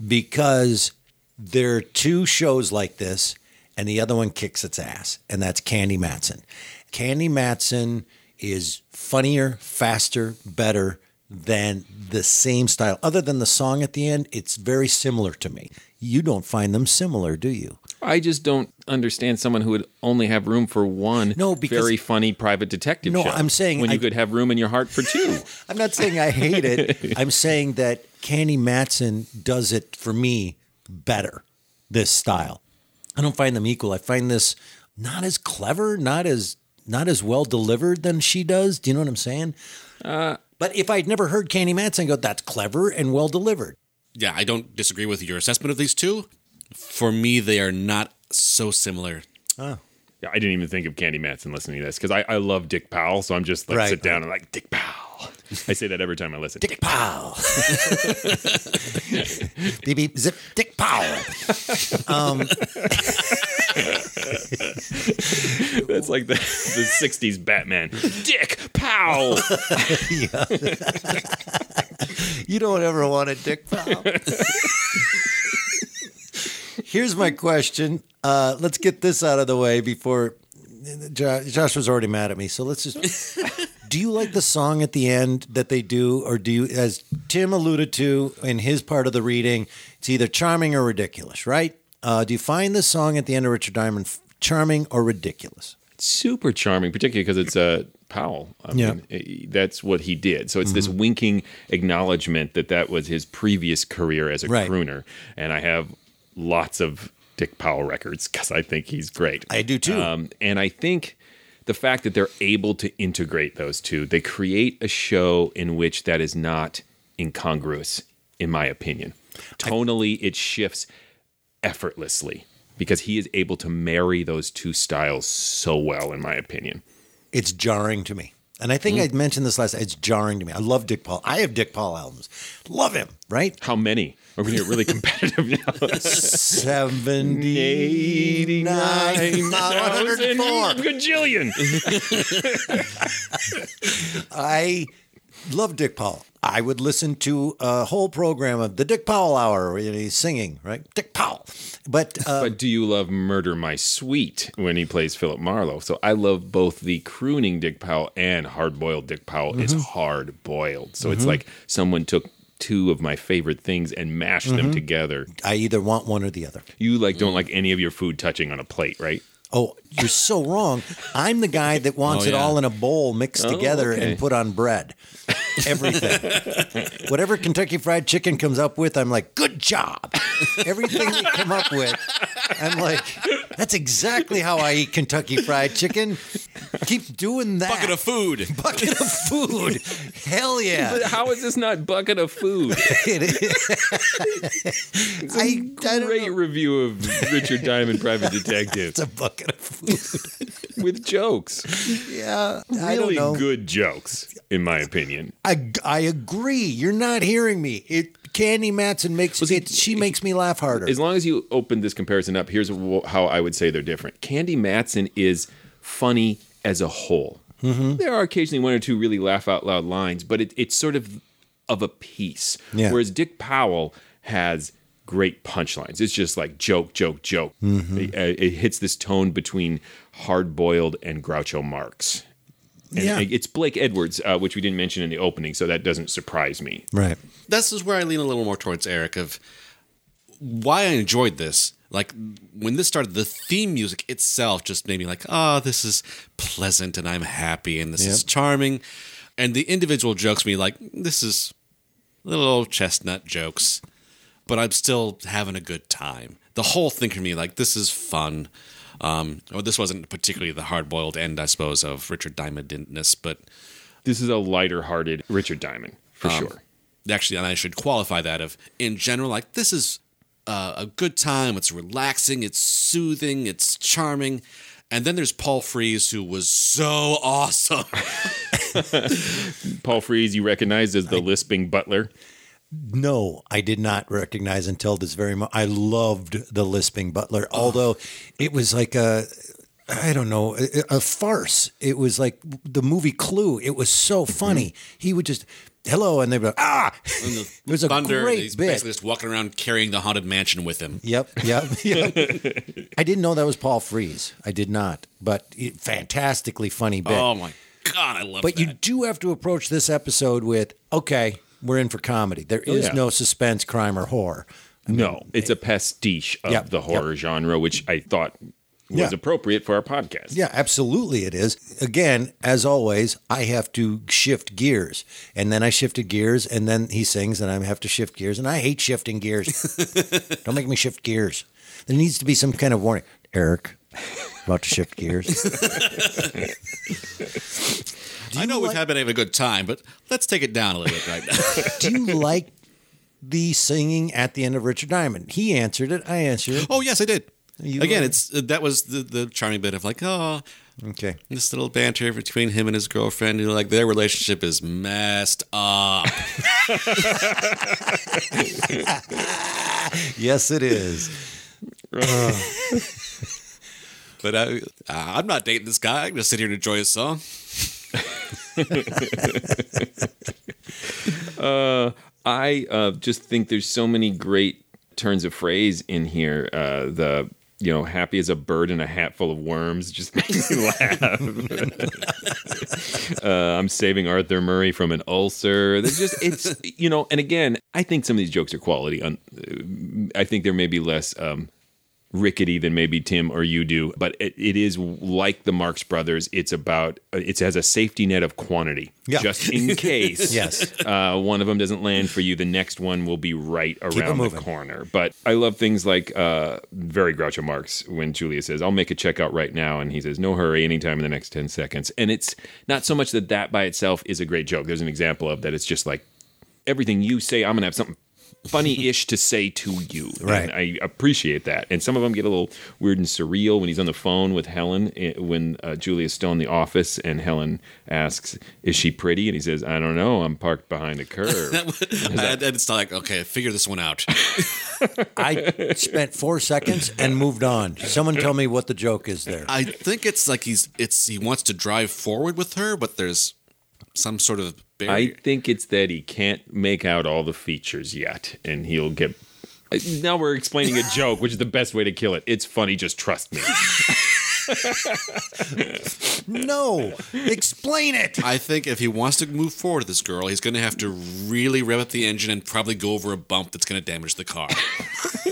[SPEAKER 1] because there are two shows like this, and the other one kicks its ass, and that's Candy Matson. Candy Matson is funnier, faster, better than the same style. Other than the song at the end, it's very similar to me. You don't find them similar, do you?
[SPEAKER 3] I just don't understand someone who would only have room for one no,
[SPEAKER 1] because-
[SPEAKER 3] very funny private detective
[SPEAKER 1] No,
[SPEAKER 3] show.
[SPEAKER 1] I'm saying
[SPEAKER 3] when
[SPEAKER 1] I-
[SPEAKER 3] you could have room in your heart for two.
[SPEAKER 1] I'm not saying I hate it. I'm saying that Candy Matson does it for me better, this style. I don't find them equal. I find this not as clever, not as not as well delivered than she does. Do you know what I'm saying? Uh, but if I'd never heard Candy Matson I go, that's clever and well delivered.
[SPEAKER 2] Yeah, I don't disagree with your assessment of these two. For me, they are not so similar.
[SPEAKER 1] Oh.
[SPEAKER 3] Yeah, I didn't even think of Candy Matson listening to this because I, I love Dick Powell, so I'm just like
[SPEAKER 1] Right.
[SPEAKER 3] sit down and like Dick Powell. I say that every time I listen. Dick
[SPEAKER 1] Powell. beep beep zip dick pow. Um,
[SPEAKER 3] That's like the, the 60s Batman. Dick Powell.
[SPEAKER 1] you don't ever want a dick pal. Here's my question. Uh, let's get this out of the way before Jo- Josh was already mad at me. So let's just. do you like the song at the end that they do, or do you, as Tim alluded to in his part of the reading, it's either charming or ridiculous, right? Uh, do you find the song at the end of Richard Diamond f- charming or ridiculous?
[SPEAKER 3] super charming, particularly because it's uh, Powell. I
[SPEAKER 1] Yeah. Mm-hmm.
[SPEAKER 3] mean, eh, that's what he did. So it's this winking acknowledgement that that was his previous career as a
[SPEAKER 1] Right.
[SPEAKER 3] crooner, and I have lots of Dick Powell records because I think he's great.
[SPEAKER 1] I do too,
[SPEAKER 3] Uh, Um, and I think the fact that they're able to integrate those two, they create a show in which that is not incongruous, in my opinion. Tonally, it shifts effortlessly because he is able to marry those two styles so well, in my opinion.
[SPEAKER 1] It's jarring to me. And I think
[SPEAKER 3] Mm.
[SPEAKER 1] I mentioned this last. It's jarring to me. I love Dick Paul. I have Dick Paul albums. Love him. Right?
[SPEAKER 3] How many? Are we gonna get really competitive now?
[SPEAKER 1] Seventy nine.
[SPEAKER 3] Gajillion.
[SPEAKER 1] I love Dick Powell. I would listen to a whole program of the Dick Powell Hour where he's singing, right? Dick Powell. But uh,
[SPEAKER 3] but do you love Murder My Sweet when he plays Philip Marlowe? So I love both the crooning Dick Powell and hard boiled Dick Powell is
[SPEAKER 1] Mhm.
[SPEAKER 3] hard boiled. So it's
[SPEAKER 1] Mhm.
[SPEAKER 3] like someone took two of my favorite things and mashed them
[SPEAKER 1] Mhm.
[SPEAKER 3] together.
[SPEAKER 1] I either want one or the other.
[SPEAKER 3] You like don't like any of your food touching on a plate, right?
[SPEAKER 1] Oh, you're so wrong. I'm the guy that wants
[SPEAKER 3] Oh,
[SPEAKER 1] it
[SPEAKER 3] yeah.
[SPEAKER 1] all in a bowl mixed
[SPEAKER 3] Oh,
[SPEAKER 1] together
[SPEAKER 3] okay.
[SPEAKER 1] and put on bread. Everything. Whatever Kentucky Fried Chicken comes up with, I'm like, good job. Everything they come up with, I'm like, that's exactly how I eat Kentucky Fried Chicken. Keep doing that. Bucket of
[SPEAKER 2] food.
[SPEAKER 1] Bucket of food. Hell yeah.
[SPEAKER 3] But how is this not bucket of food?
[SPEAKER 1] it is.
[SPEAKER 3] It's a great review of Richard Diamond, Private Detective. it's
[SPEAKER 1] a bucket of food
[SPEAKER 3] with jokes.
[SPEAKER 1] Yeah. I don't
[SPEAKER 3] Really
[SPEAKER 1] know.
[SPEAKER 3] good jokes, in my opinion.
[SPEAKER 1] I, I agree. You're not hearing me. It Candy Matson makes it. She makes me laugh harder.
[SPEAKER 3] As long as you open this comparison up, here's wh- how I would say they're different. Candy Matson is funny as a whole.
[SPEAKER 1] Mhm.
[SPEAKER 3] There are occasionally one or two really laugh out loud lines, but it, it's sort of of a piece.
[SPEAKER 1] Yeah.
[SPEAKER 3] Whereas Dick Powell has great punchlines. It's just like joke, joke, joke.
[SPEAKER 1] Mhm.
[SPEAKER 3] It, uh, it hits this tone between hard boiled and Groucho Marx. And
[SPEAKER 2] Yeah.
[SPEAKER 3] it- it's Blake Edwards, uh, which we didn't mention in the opening, so that doesn't surprise me.
[SPEAKER 1] Right.
[SPEAKER 2] This is where I lean a little more towards Eric of why I enjoyed this. Like when this started, the theme music itself just made me like, ah, this is pleasant and I'm happy and this
[SPEAKER 1] Yep.
[SPEAKER 2] is charming. And the individual jokes me like, this is little old chestnut jokes, but I'm still having a good time. The whole thing for me, like, this is fun. Um, or this wasn't particularly the hard boiled end, I suppose, of Richard Diamondness, but
[SPEAKER 3] this is a lighter hearted Richard Diamond for sure.
[SPEAKER 2] Actually, and I should qualify that of in general, like this is uh, a good time. It's relaxing. It's soothing. It's charming. And then there's Paul Frees, who was so awesome.
[SPEAKER 3] Paul Frees, you recognize as the lisping butler.
[SPEAKER 1] Mm-hmm. No, I did not recognize until this very moment. I loved the lisping butler, although it was like a, I don't know, a, a farce. It was like the movie Clue. It was so
[SPEAKER 2] Mm-hmm.
[SPEAKER 1] funny. He would just hello, and they'd be like, ah.
[SPEAKER 2] And the
[SPEAKER 1] It was a
[SPEAKER 2] thunder.
[SPEAKER 1] great
[SPEAKER 2] he's
[SPEAKER 1] bit.
[SPEAKER 2] basically just walking around carrying the haunted mansion with him.
[SPEAKER 1] Yep, yep, yep. I didn't know that was Paul Frees. I did not, but it, fantastically funny bit.
[SPEAKER 2] Oh my god, I love
[SPEAKER 1] but
[SPEAKER 2] that.
[SPEAKER 1] you do have to approach this episode with okay we're in for comedy there
[SPEAKER 3] Oh,
[SPEAKER 1] is
[SPEAKER 3] yeah.
[SPEAKER 1] no suspense crime or horror
[SPEAKER 3] No, it's a pastiche of
[SPEAKER 1] Yep,
[SPEAKER 3] the horror genre, which I thought was
[SPEAKER 1] Yeah.
[SPEAKER 3] appropriate for our podcast.
[SPEAKER 1] yeah absolutely it is again as always i have to shift gears and then i shifted gears and then he sings and i have to shift gears and i hate shifting gears don't make me shift gears there needs to be some kind of warning eric about to shift gears
[SPEAKER 2] I know we've had been having a good time, but let's take it down a little bit right now.
[SPEAKER 1] do you like the singing at the end of richard diamond he answered it i answered it
[SPEAKER 2] oh yes i did
[SPEAKER 1] You
[SPEAKER 2] Again,
[SPEAKER 1] like-
[SPEAKER 2] it's uh, that was the, the charming bit of like, oh,
[SPEAKER 1] okay,
[SPEAKER 2] this little banter between him and his girlfriend. You know, like their relationship is messed up.
[SPEAKER 1] yes it is
[SPEAKER 2] but I, uh, I'm not dating this guy. I'm gonna sit here and enjoy his song.
[SPEAKER 3] uh, I uh, just think there's so many great turns of phrase in here. Uh, the you know, happy as a bird in a hat full of worms just makes me laugh. uh, I'm saving Arthur Murray from an ulcer. There's just it's you know, and again, I think some of these jokes are quality. On, I think there may be less um, rickety than maybe Tim or you do, but it, it is like the Marx Brothers. It's about uh, it has a safety net of quantity,
[SPEAKER 1] Yeah.
[SPEAKER 3] just in case.
[SPEAKER 1] Yes.
[SPEAKER 3] uh, one of them doesn't land for you, the next one will be right
[SPEAKER 1] it
[SPEAKER 3] around the
[SPEAKER 1] moving.
[SPEAKER 3] corner. But I love things like uh, very Groucho Marx when Julia says, "I'll make a checkout right now," and he says, "No hurry, anytime in the next ten seconds." And it's not so much that that by itself is a great joke. There's an example of that. It's just like everything you say, I'm gonna have something funny-ish to say to you.
[SPEAKER 1] Right.
[SPEAKER 3] And I appreciate that. And some of them get a little weird and surreal when he's on the phone with Helen eh, when uh, Julia's still in the office and Helen asks, "Is she pretty?" And he says, "I don't know. I'm parked behind a curb."
[SPEAKER 2] and it's like, okay, figure this one out.
[SPEAKER 1] I spent four seconds and moved on. Someone tell me what the joke is there.
[SPEAKER 2] I think it's like he's it's he wants to drive forward with her, but there's some sort of
[SPEAKER 3] I
[SPEAKER 2] barrier.
[SPEAKER 3] think it's that he can't make out all the features yet, and he'll get. eh, Now we're explaining a joke, which is the best way to kill it. It's funny, just trust me.
[SPEAKER 1] No, explain it.
[SPEAKER 2] I think if he wants to move forward with this girl, he's going to have to really rev up the engine and probably go over a bump that's going to damage the car.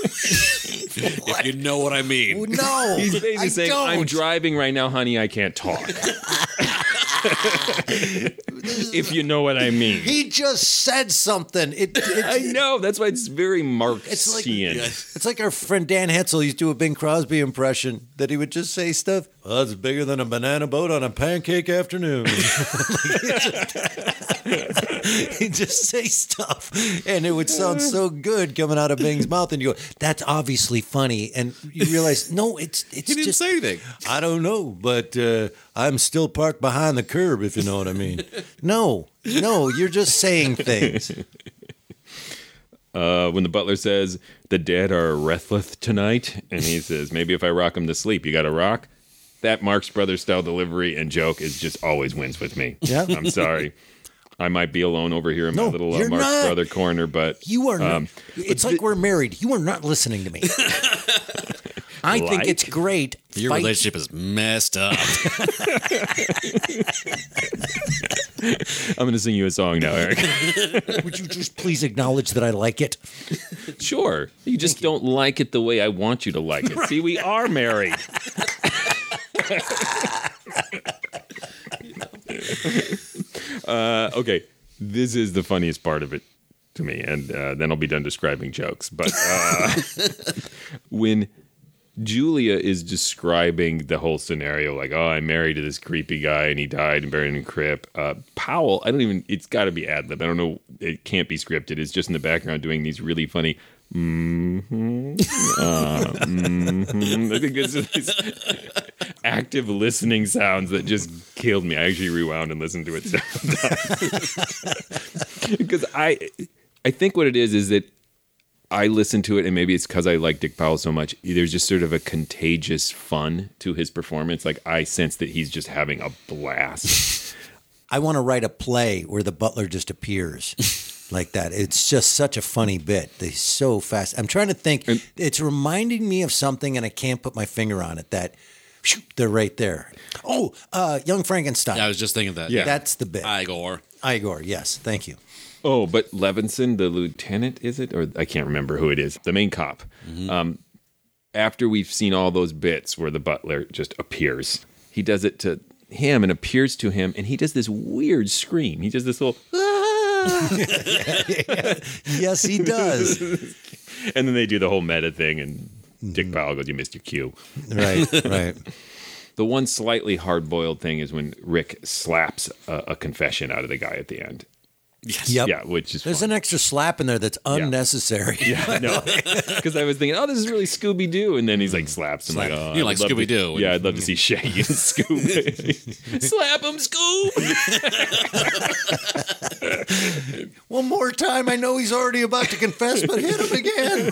[SPEAKER 2] if you know what I mean.
[SPEAKER 1] Oh, No,
[SPEAKER 3] He's basically
[SPEAKER 1] I
[SPEAKER 3] saying,
[SPEAKER 1] don't.
[SPEAKER 3] I'm driving right now, honey, I can't talk. if you know what I mean.
[SPEAKER 1] He just said something. It,
[SPEAKER 3] I know. That's why it's very Marxian.
[SPEAKER 1] It's like it's like our friend Dan Hetzel used to do a Bing Crosby impression that he would just say stuff. Well, it's bigger than a banana boat on a pancake afternoon. He'd just say stuff, and it would sound so good coming out of Bing's mouth. And you go, "That's obviously funny," and you realize, no, it's it's
[SPEAKER 2] didn't
[SPEAKER 1] just
[SPEAKER 2] say anything.
[SPEAKER 1] I don't know, but uh, I'm still parked behind the curb, if you know what I mean. no, no, you're just saying things.
[SPEAKER 3] Uh, when the butler says, the dead are restless tonight, and he says, maybe if I rock 'em to sleep, you got to rock? That Marx Brothers style delivery and joke is just always wins with me.
[SPEAKER 1] Yeah.
[SPEAKER 3] I'm sorry. I might be alone over here in
[SPEAKER 1] No,
[SPEAKER 3] my little uh,
[SPEAKER 1] you're
[SPEAKER 3] Marx
[SPEAKER 1] not.
[SPEAKER 3] Brother corner, but
[SPEAKER 1] You are.
[SPEAKER 3] um,
[SPEAKER 1] not, it's like we're married. You are not listening to me. I think
[SPEAKER 3] Like?
[SPEAKER 1] it's great.
[SPEAKER 2] Your
[SPEAKER 1] Fight-
[SPEAKER 2] relationship is messed up.
[SPEAKER 3] I'm going to sing you a song now, Eric.
[SPEAKER 1] Would you just please acknowledge that I like it?
[SPEAKER 3] Sure. You just don't like it the way I want you to like it. See, we are married. uh, okay. This is the funniest part of it to me. And uh, then I'll be done describing jokes. But uh, when Julia is describing the whole scenario, like, oh, I'm married to this creepy guy and he died and buried in a crypt. Uh, Powell, I don't even, it's got to be ad lib. I don't know. It can't be scripted. It's just in the background doing these really funny. hmm uh, mhm. I think this is these active listening sounds that just killed me. I actually rewound and listened to it several times because I, I think what it is is that I listen to it, and maybe it's because I like Dick Powell so much. There's just sort of a contagious fun to his performance. Like I sense that he's just having a blast.
[SPEAKER 1] I want to write a play where the butler just appears like that. It's just such a funny bit. He's so fast. I'm trying to think. it's reminding me of something, and I can't put my finger on it. That shoo, they're right there. Oh, uh, Young Frankenstein.
[SPEAKER 2] I was just thinking that.
[SPEAKER 1] that's the bit.
[SPEAKER 2] Igor.
[SPEAKER 1] Igor. Yes, thank you.
[SPEAKER 3] Oh, but Levinson, the lieutenant, is it? Or I can't remember who it is. The main cop. Um, after we've seen all those bits where the butler just appears, he does it to him and appears to him, and he does this weird scream. He does this little, "Ah!"
[SPEAKER 1] Yes, he does.
[SPEAKER 3] and then they do the whole meta thing, and Dick Powell goes, "You missed your cue."
[SPEAKER 1] right, right.
[SPEAKER 3] The one slightly hard boiled thing is when Rick slaps a, a confession out of the guy at the end.
[SPEAKER 1] Yes. Yep.
[SPEAKER 3] Yeah, which is
[SPEAKER 1] There's an extra slap in there that's unnecessary.
[SPEAKER 3] Yeah, no. Because I was thinking, oh, this is really Scooby Doo, and then he's like slaps him like,
[SPEAKER 2] Slap.
[SPEAKER 3] oh,
[SPEAKER 2] You
[SPEAKER 3] I'd
[SPEAKER 2] like
[SPEAKER 3] love to-
[SPEAKER 2] Scooby-Doo.
[SPEAKER 3] Yeah, I'd love to see Shaggy and Scooby. Slap him,
[SPEAKER 1] Scoob. One more time. I know he's already about to confess, but hit him again.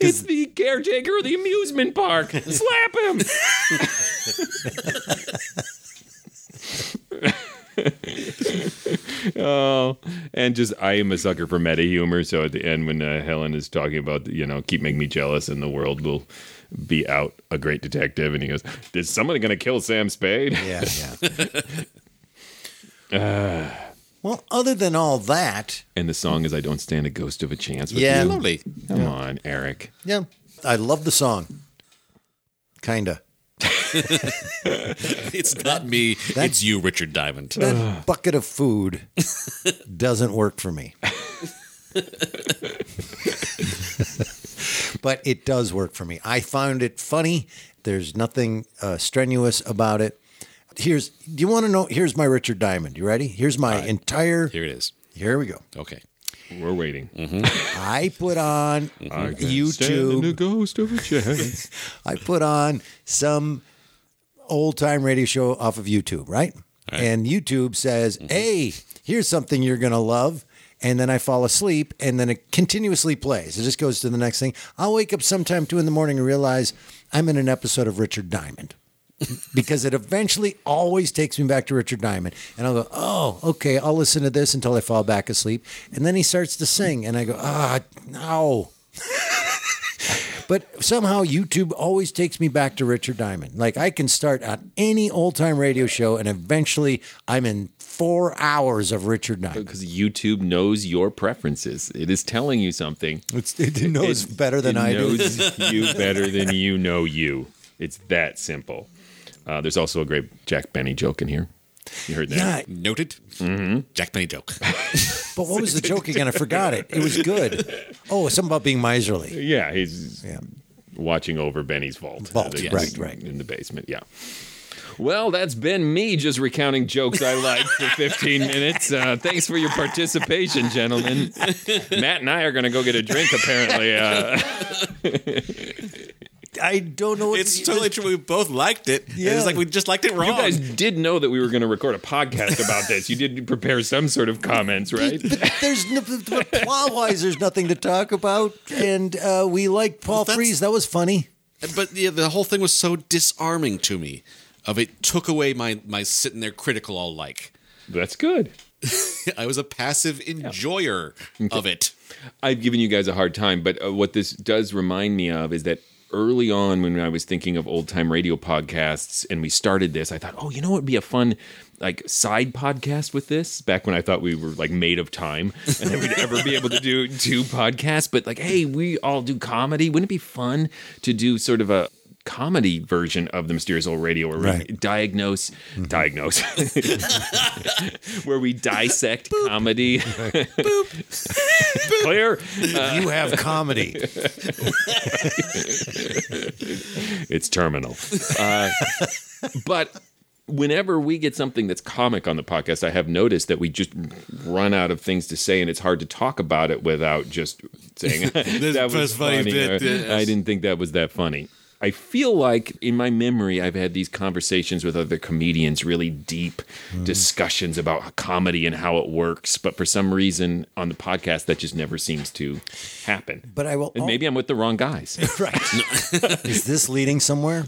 [SPEAKER 3] it's the caretaker of the amusement park. Slap him. oh, and just I am a sucker for meta humor. So at the end, when uh, Helen is talking about you know keep making me jealous and the world will be out a great detective, and he goes, "Is somebody going to kill Sam Spade?"
[SPEAKER 1] Yeah,
[SPEAKER 3] yeah.
[SPEAKER 1] Well, other than all that,
[SPEAKER 3] and the song is "I Don't Stand a Ghost of a Chance." With
[SPEAKER 1] Yeah.
[SPEAKER 3] You.
[SPEAKER 1] Lovely.
[SPEAKER 3] Come
[SPEAKER 1] Yeah.
[SPEAKER 3] on, Eric.
[SPEAKER 1] yeah, I love the song. Kinda.
[SPEAKER 2] it's not me. it's you, Richard Diamond.
[SPEAKER 1] That bucket of food doesn't work for me. but it does work for me. I found it funny. There's nothing uh, strenuous about it. Here's, do you want to know? Here's my Richard Diamond. You ready? Here's my entire. Here
[SPEAKER 2] it is.
[SPEAKER 1] Here we go.
[SPEAKER 2] Okay.
[SPEAKER 3] We're waiting.
[SPEAKER 1] Mm-hmm. I put on
[SPEAKER 3] I can stand
[SPEAKER 1] YouTube.
[SPEAKER 3] the ghost of a chance.
[SPEAKER 1] I put on some old time radio show off of YouTube, right? And YouTube says, hey, here's something you're going to love. And then I fall asleep, and then it continuously plays. It just goes to the next thing. I'll wake up sometime two in the morning and realize I'm in an episode of Richard Diamond because it eventually always takes me back to Richard Diamond. And I'll go, oh, okay, I'll listen to this until I fall back asleep. And then he starts to sing, and I go, ah, no. But somehow YouTube always takes me back to Richard Diamond. Like I can start on any old time radio show and eventually I'm in four hours of Richard Diamond.
[SPEAKER 3] Because YouTube knows your preferences. It is telling you something.
[SPEAKER 1] Oh, It's, it knows better than
[SPEAKER 3] it
[SPEAKER 1] I do.
[SPEAKER 3] knows you better than you know you. It's that simple. Uh, there's also a great Jack Benny joke in here. You heard that?
[SPEAKER 1] Yeah.
[SPEAKER 2] Noted.
[SPEAKER 3] Mm-hmm.
[SPEAKER 2] Jack Benny joke.
[SPEAKER 1] But what was the joke again? I forgot it. It was good. Oh, something about being miserly.
[SPEAKER 3] Yeah, he's watching over Benny's vault.
[SPEAKER 1] Vault,
[SPEAKER 3] Yes.
[SPEAKER 1] right, right.
[SPEAKER 3] In the basement, yeah. Well, that's been me just recounting jokes I like for 15 minutes. Uh, thanks for your participation, gentlemen. Matt and I are going to go get a drink, apparently. Uh,
[SPEAKER 1] I don't know. What
[SPEAKER 2] it's totally true. We both liked it. and
[SPEAKER 3] Yeah.
[SPEAKER 2] It's like we just liked it wrong.
[SPEAKER 3] You guys did know that we were going to record a podcast about this. You did prepare some sort of comments, right?
[SPEAKER 1] There's no, plot wise, there's nothing to talk about. And uh, we liked Paul Frees. That was funny.
[SPEAKER 2] but yeah, the whole thing was so disarming to me. Of it took away my my sitting there critical all like.
[SPEAKER 3] That's good.
[SPEAKER 2] I was a passive enjoyer of it.
[SPEAKER 3] I've given you guys a hard time, but uh, what this does remind me of is that early on when I was thinking of old time radio podcasts and we started this, I thought, oh, you know what would be a fun like side podcast with this back when I thought we were like made of time and that we'd ever be able to do two podcasts. But like, hey, we all do comedy. Wouldn't it be fun to do sort of a comedy version of the mysterious old radio where we
[SPEAKER 1] Right.
[SPEAKER 3] diagnose diagnose where we dissect comedy clear
[SPEAKER 1] You have comedy.
[SPEAKER 3] it's terminal. Uh, but whenever we get something that's comic on the podcast, I have noticed that we just run out of things to say, and it's hard to talk about it without just saying
[SPEAKER 2] This
[SPEAKER 3] that was
[SPEAKER 2] was funny
[SPEAKER 3] funny.
[SPEAKER 2] bit,
[SPEAKER 3] or,
[SPEAKER 2] yes.
[SPEAKER 3] I didn't think that was that funny. I feel like in my memory, I've had these conversations with other comedians, really deep
[SPEAKER 2] Hmm.
[SPEAKER 3] discussions about comedy and how it works. But for some reason on the podcast, that just never seems to happen.
[SPEAKER 1] But I will
[SPEAKER 3] And maybe I'm with the wrong guys.
[SPEAKER 1] Is this leading somewhere?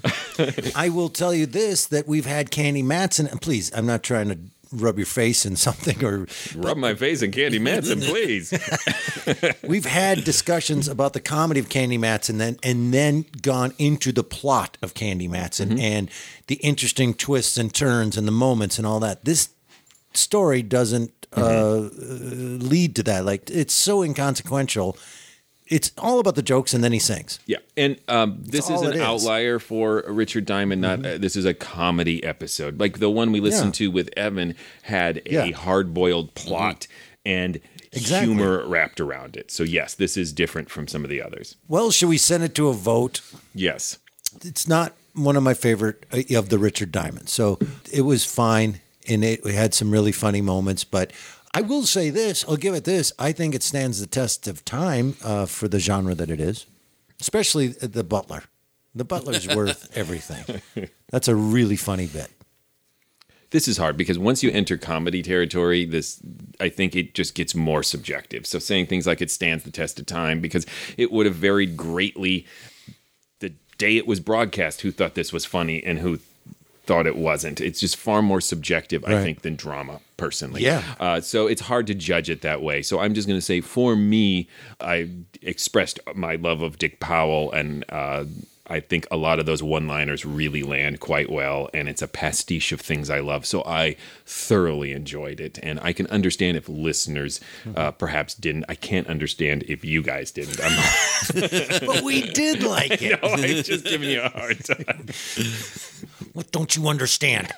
[SPEAKER 1] I will tell you this that we've had Candy Matson. And please, I'm not trying to rub your face in something or
[SPEAKER 3] Rub my face in Candy Manson, please.
[SPEAKER 1] we've had discussions about the comedy of Candy Matson then and then gone into the plot of Candy Matson and the interesting twists and turns and the moments and all that. This story doesn't uh, lead to that. Like it's so inconsequential. It's all about the jokes and then he sings.
[SPEAKER 3] Yeah, and um, this is
[SPEAKER 1] all
[SPEAKER 3] an
[SPEAKER 1] it is. Mm-hmm.
[SPEAKER 3] outlier for Richard Diamond. Not uh, this is a comedy episode, like the one we listened to with Evan had a
[SPEAKER 1] Yeah. Mm-hmm.
[SPEAKER 3] hard-boiled plot and
[SPEAKER 1] Exactly.
[SPEAKER 3] humor wrapped around it. So yes, this is different from some of the others.
[SPEAKER 1] Well, should we send it to a vote?
[SPEAKER 3] Yes,
[SPEAKER 1] it's not one of my favorite uh, of the Richard Diamond. So it was fine, and it, it had some really funny moments. But I will say this: I'll give it this. I think it stands the test of time uh, for the genre that it is, especially the Butler. The Butler's worth everything. That's a really funny bit.
[SPEAKER 3] this is hard because once you enter comedy territory, this I think it just gets more subjective. So saying things like it stands the test of time because it would have varied greatly the day it was broadcast. Who thought this was funny and who thought it wasn't? It's just far more subjective, I
[SPEAKER 1] Right.
[SPEAKER 3] think, than drama personally.
[SPEAKER 1] Yeah.
[SPEAKER 3] Uh, so it's hard to judge it that way. So I'm just going to say, for me, I expressed my love of Dick Powell and. Uh, I think a lot of those one liners really land quite well, and it's a pastiche of things I love. So I thoroughly enjoyed it, and I can understand if listeners uh,
[SPEAKER 1] Mm-hmm.
[SPEAKER 3] perhaps didn't. I can't understand if you guys didn't. I'm
[SPEAKER 1] But we did like it.
[SPEAKER 3] No, I'm just giving you a hard time.
[SPEAKER 1] What don't you understand?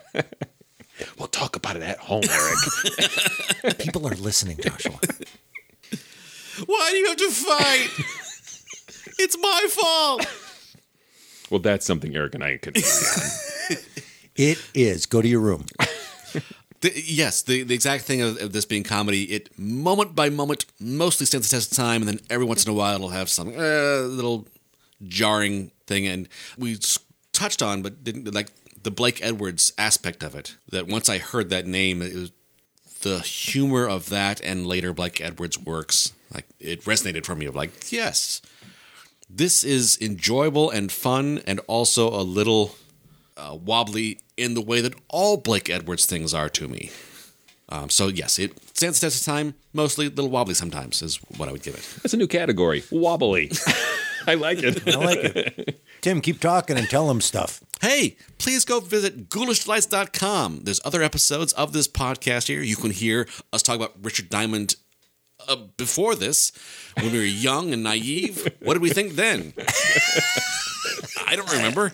[SPEAKER 3] we'll talk about it at home, Eric.
[SPEAKER 1] People are listening, Joshua.
[SPEAKER 2] Why do you have to fight? it's my fault.
[SPEAKER 3] Well, that's something Eric and I could.
[SPEAKER 1] It is. Go to your room.
[SPEAKER 2] The, yes, the, the exact thing of, of this being comedy, it moment by moment mostly stands the test of time, and then every once in a while it'll have some uh, little jarring thing. And we s- touched on, but didn't like the Blake Edwards aspect of it. That once I heard that name, it was the humor of that and later Blake Edwards works. Like it resonated for me of like, yes, this is enjoyable and fun, and also a little uh, wobbly in the way that all Blake Edwards things are to me. Um, so yes, it stands the test of time. Mostly a little wobbly sometimes is what I would give it.
[SPEAKER 3] That's a new category, wobbly. I like it.
[SPEAKER 1] I like it. Tim, keep talking and tell them stuff.
[SPEAKER 2] Hey, please go visit ghoulishlights.com. There's other episodes of this podcast here. You can hear us talk about Richard Diamond uh, before this when we were young and naive. What did we think then? I don't remember.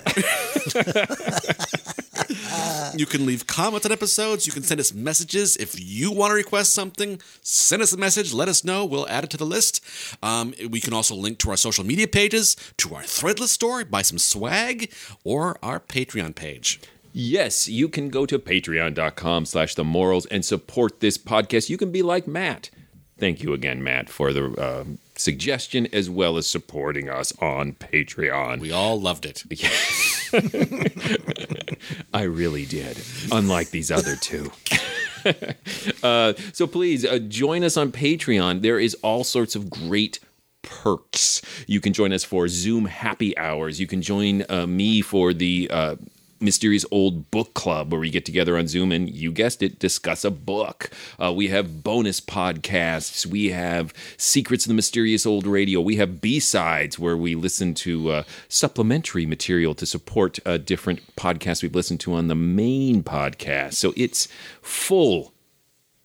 [SPEAKER 2] you can leave comments on episodes. You can send us messages. If you want to request something, send us a message. Let us know. We'll add it to the list. Um, we can also link to our social media pages, to our Threadless store, buy some swag, or our Patreon page.
[SPEAKER 3] Yes, you can go to patreon.com slash the morals and support this podcast. You can be like Matt. Thank you again, Matt, for the uh, suggestion as well as supporting us on Patreon. We
[SPEAKER 2] all loved it.
[SPEAKER 3] I really did, unlike these other two. uh, so please uh, join us on Patreon. There is all sorts of great perks. You can join us for Zoom happy hours. You can join uh, me for the uh, Mysterious Old Book Club, where we get together on Zoom and you guessed it, discuss a book. Uh, we have bonus podcasts. We have Secrets of the Mysterious Old Radio. We have B sides, where we listen to uh, supplementary material to support uh, different podcasts we've listened to on the main podcast. So it's full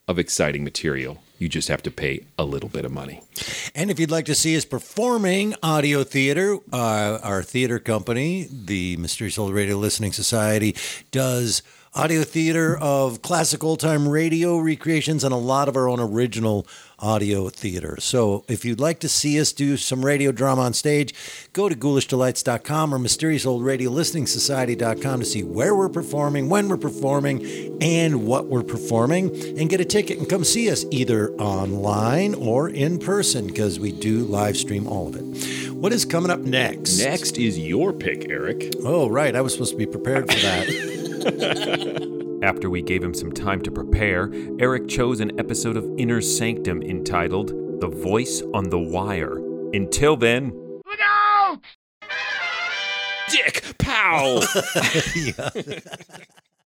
[SPEAKER 3] of exciting material. You just have to pay a little bit of money.
[SPEAKER 1] And if you'd like to see us performing audio theater, uh, our theater company, the Mysterious Old Radio Listening Society, does audio theater of classic old time radio recreations and a lot of our own original audio theater. So if you'd like to see us do some radio drama on stage, go to ghoulishdelights.com or mysteriousoldradiolisteningsociety.com to see where we're performing, when we're performing, and what we're performing, and get a ticket and come see us either online or in person because we do live stream all of it. What is coming up next?
[SPEAKER 3] Next is your pick, Eric.
[SPEAKER 1] Oh, right. I was supposed to be prepared for that.
[SPEAKER 20] After we gave him some time to prepare, Eric chose an episode of Inner Sanctum entitled The Voice on the Wire. Until then,
[SPEAKER 3] Dick Pow!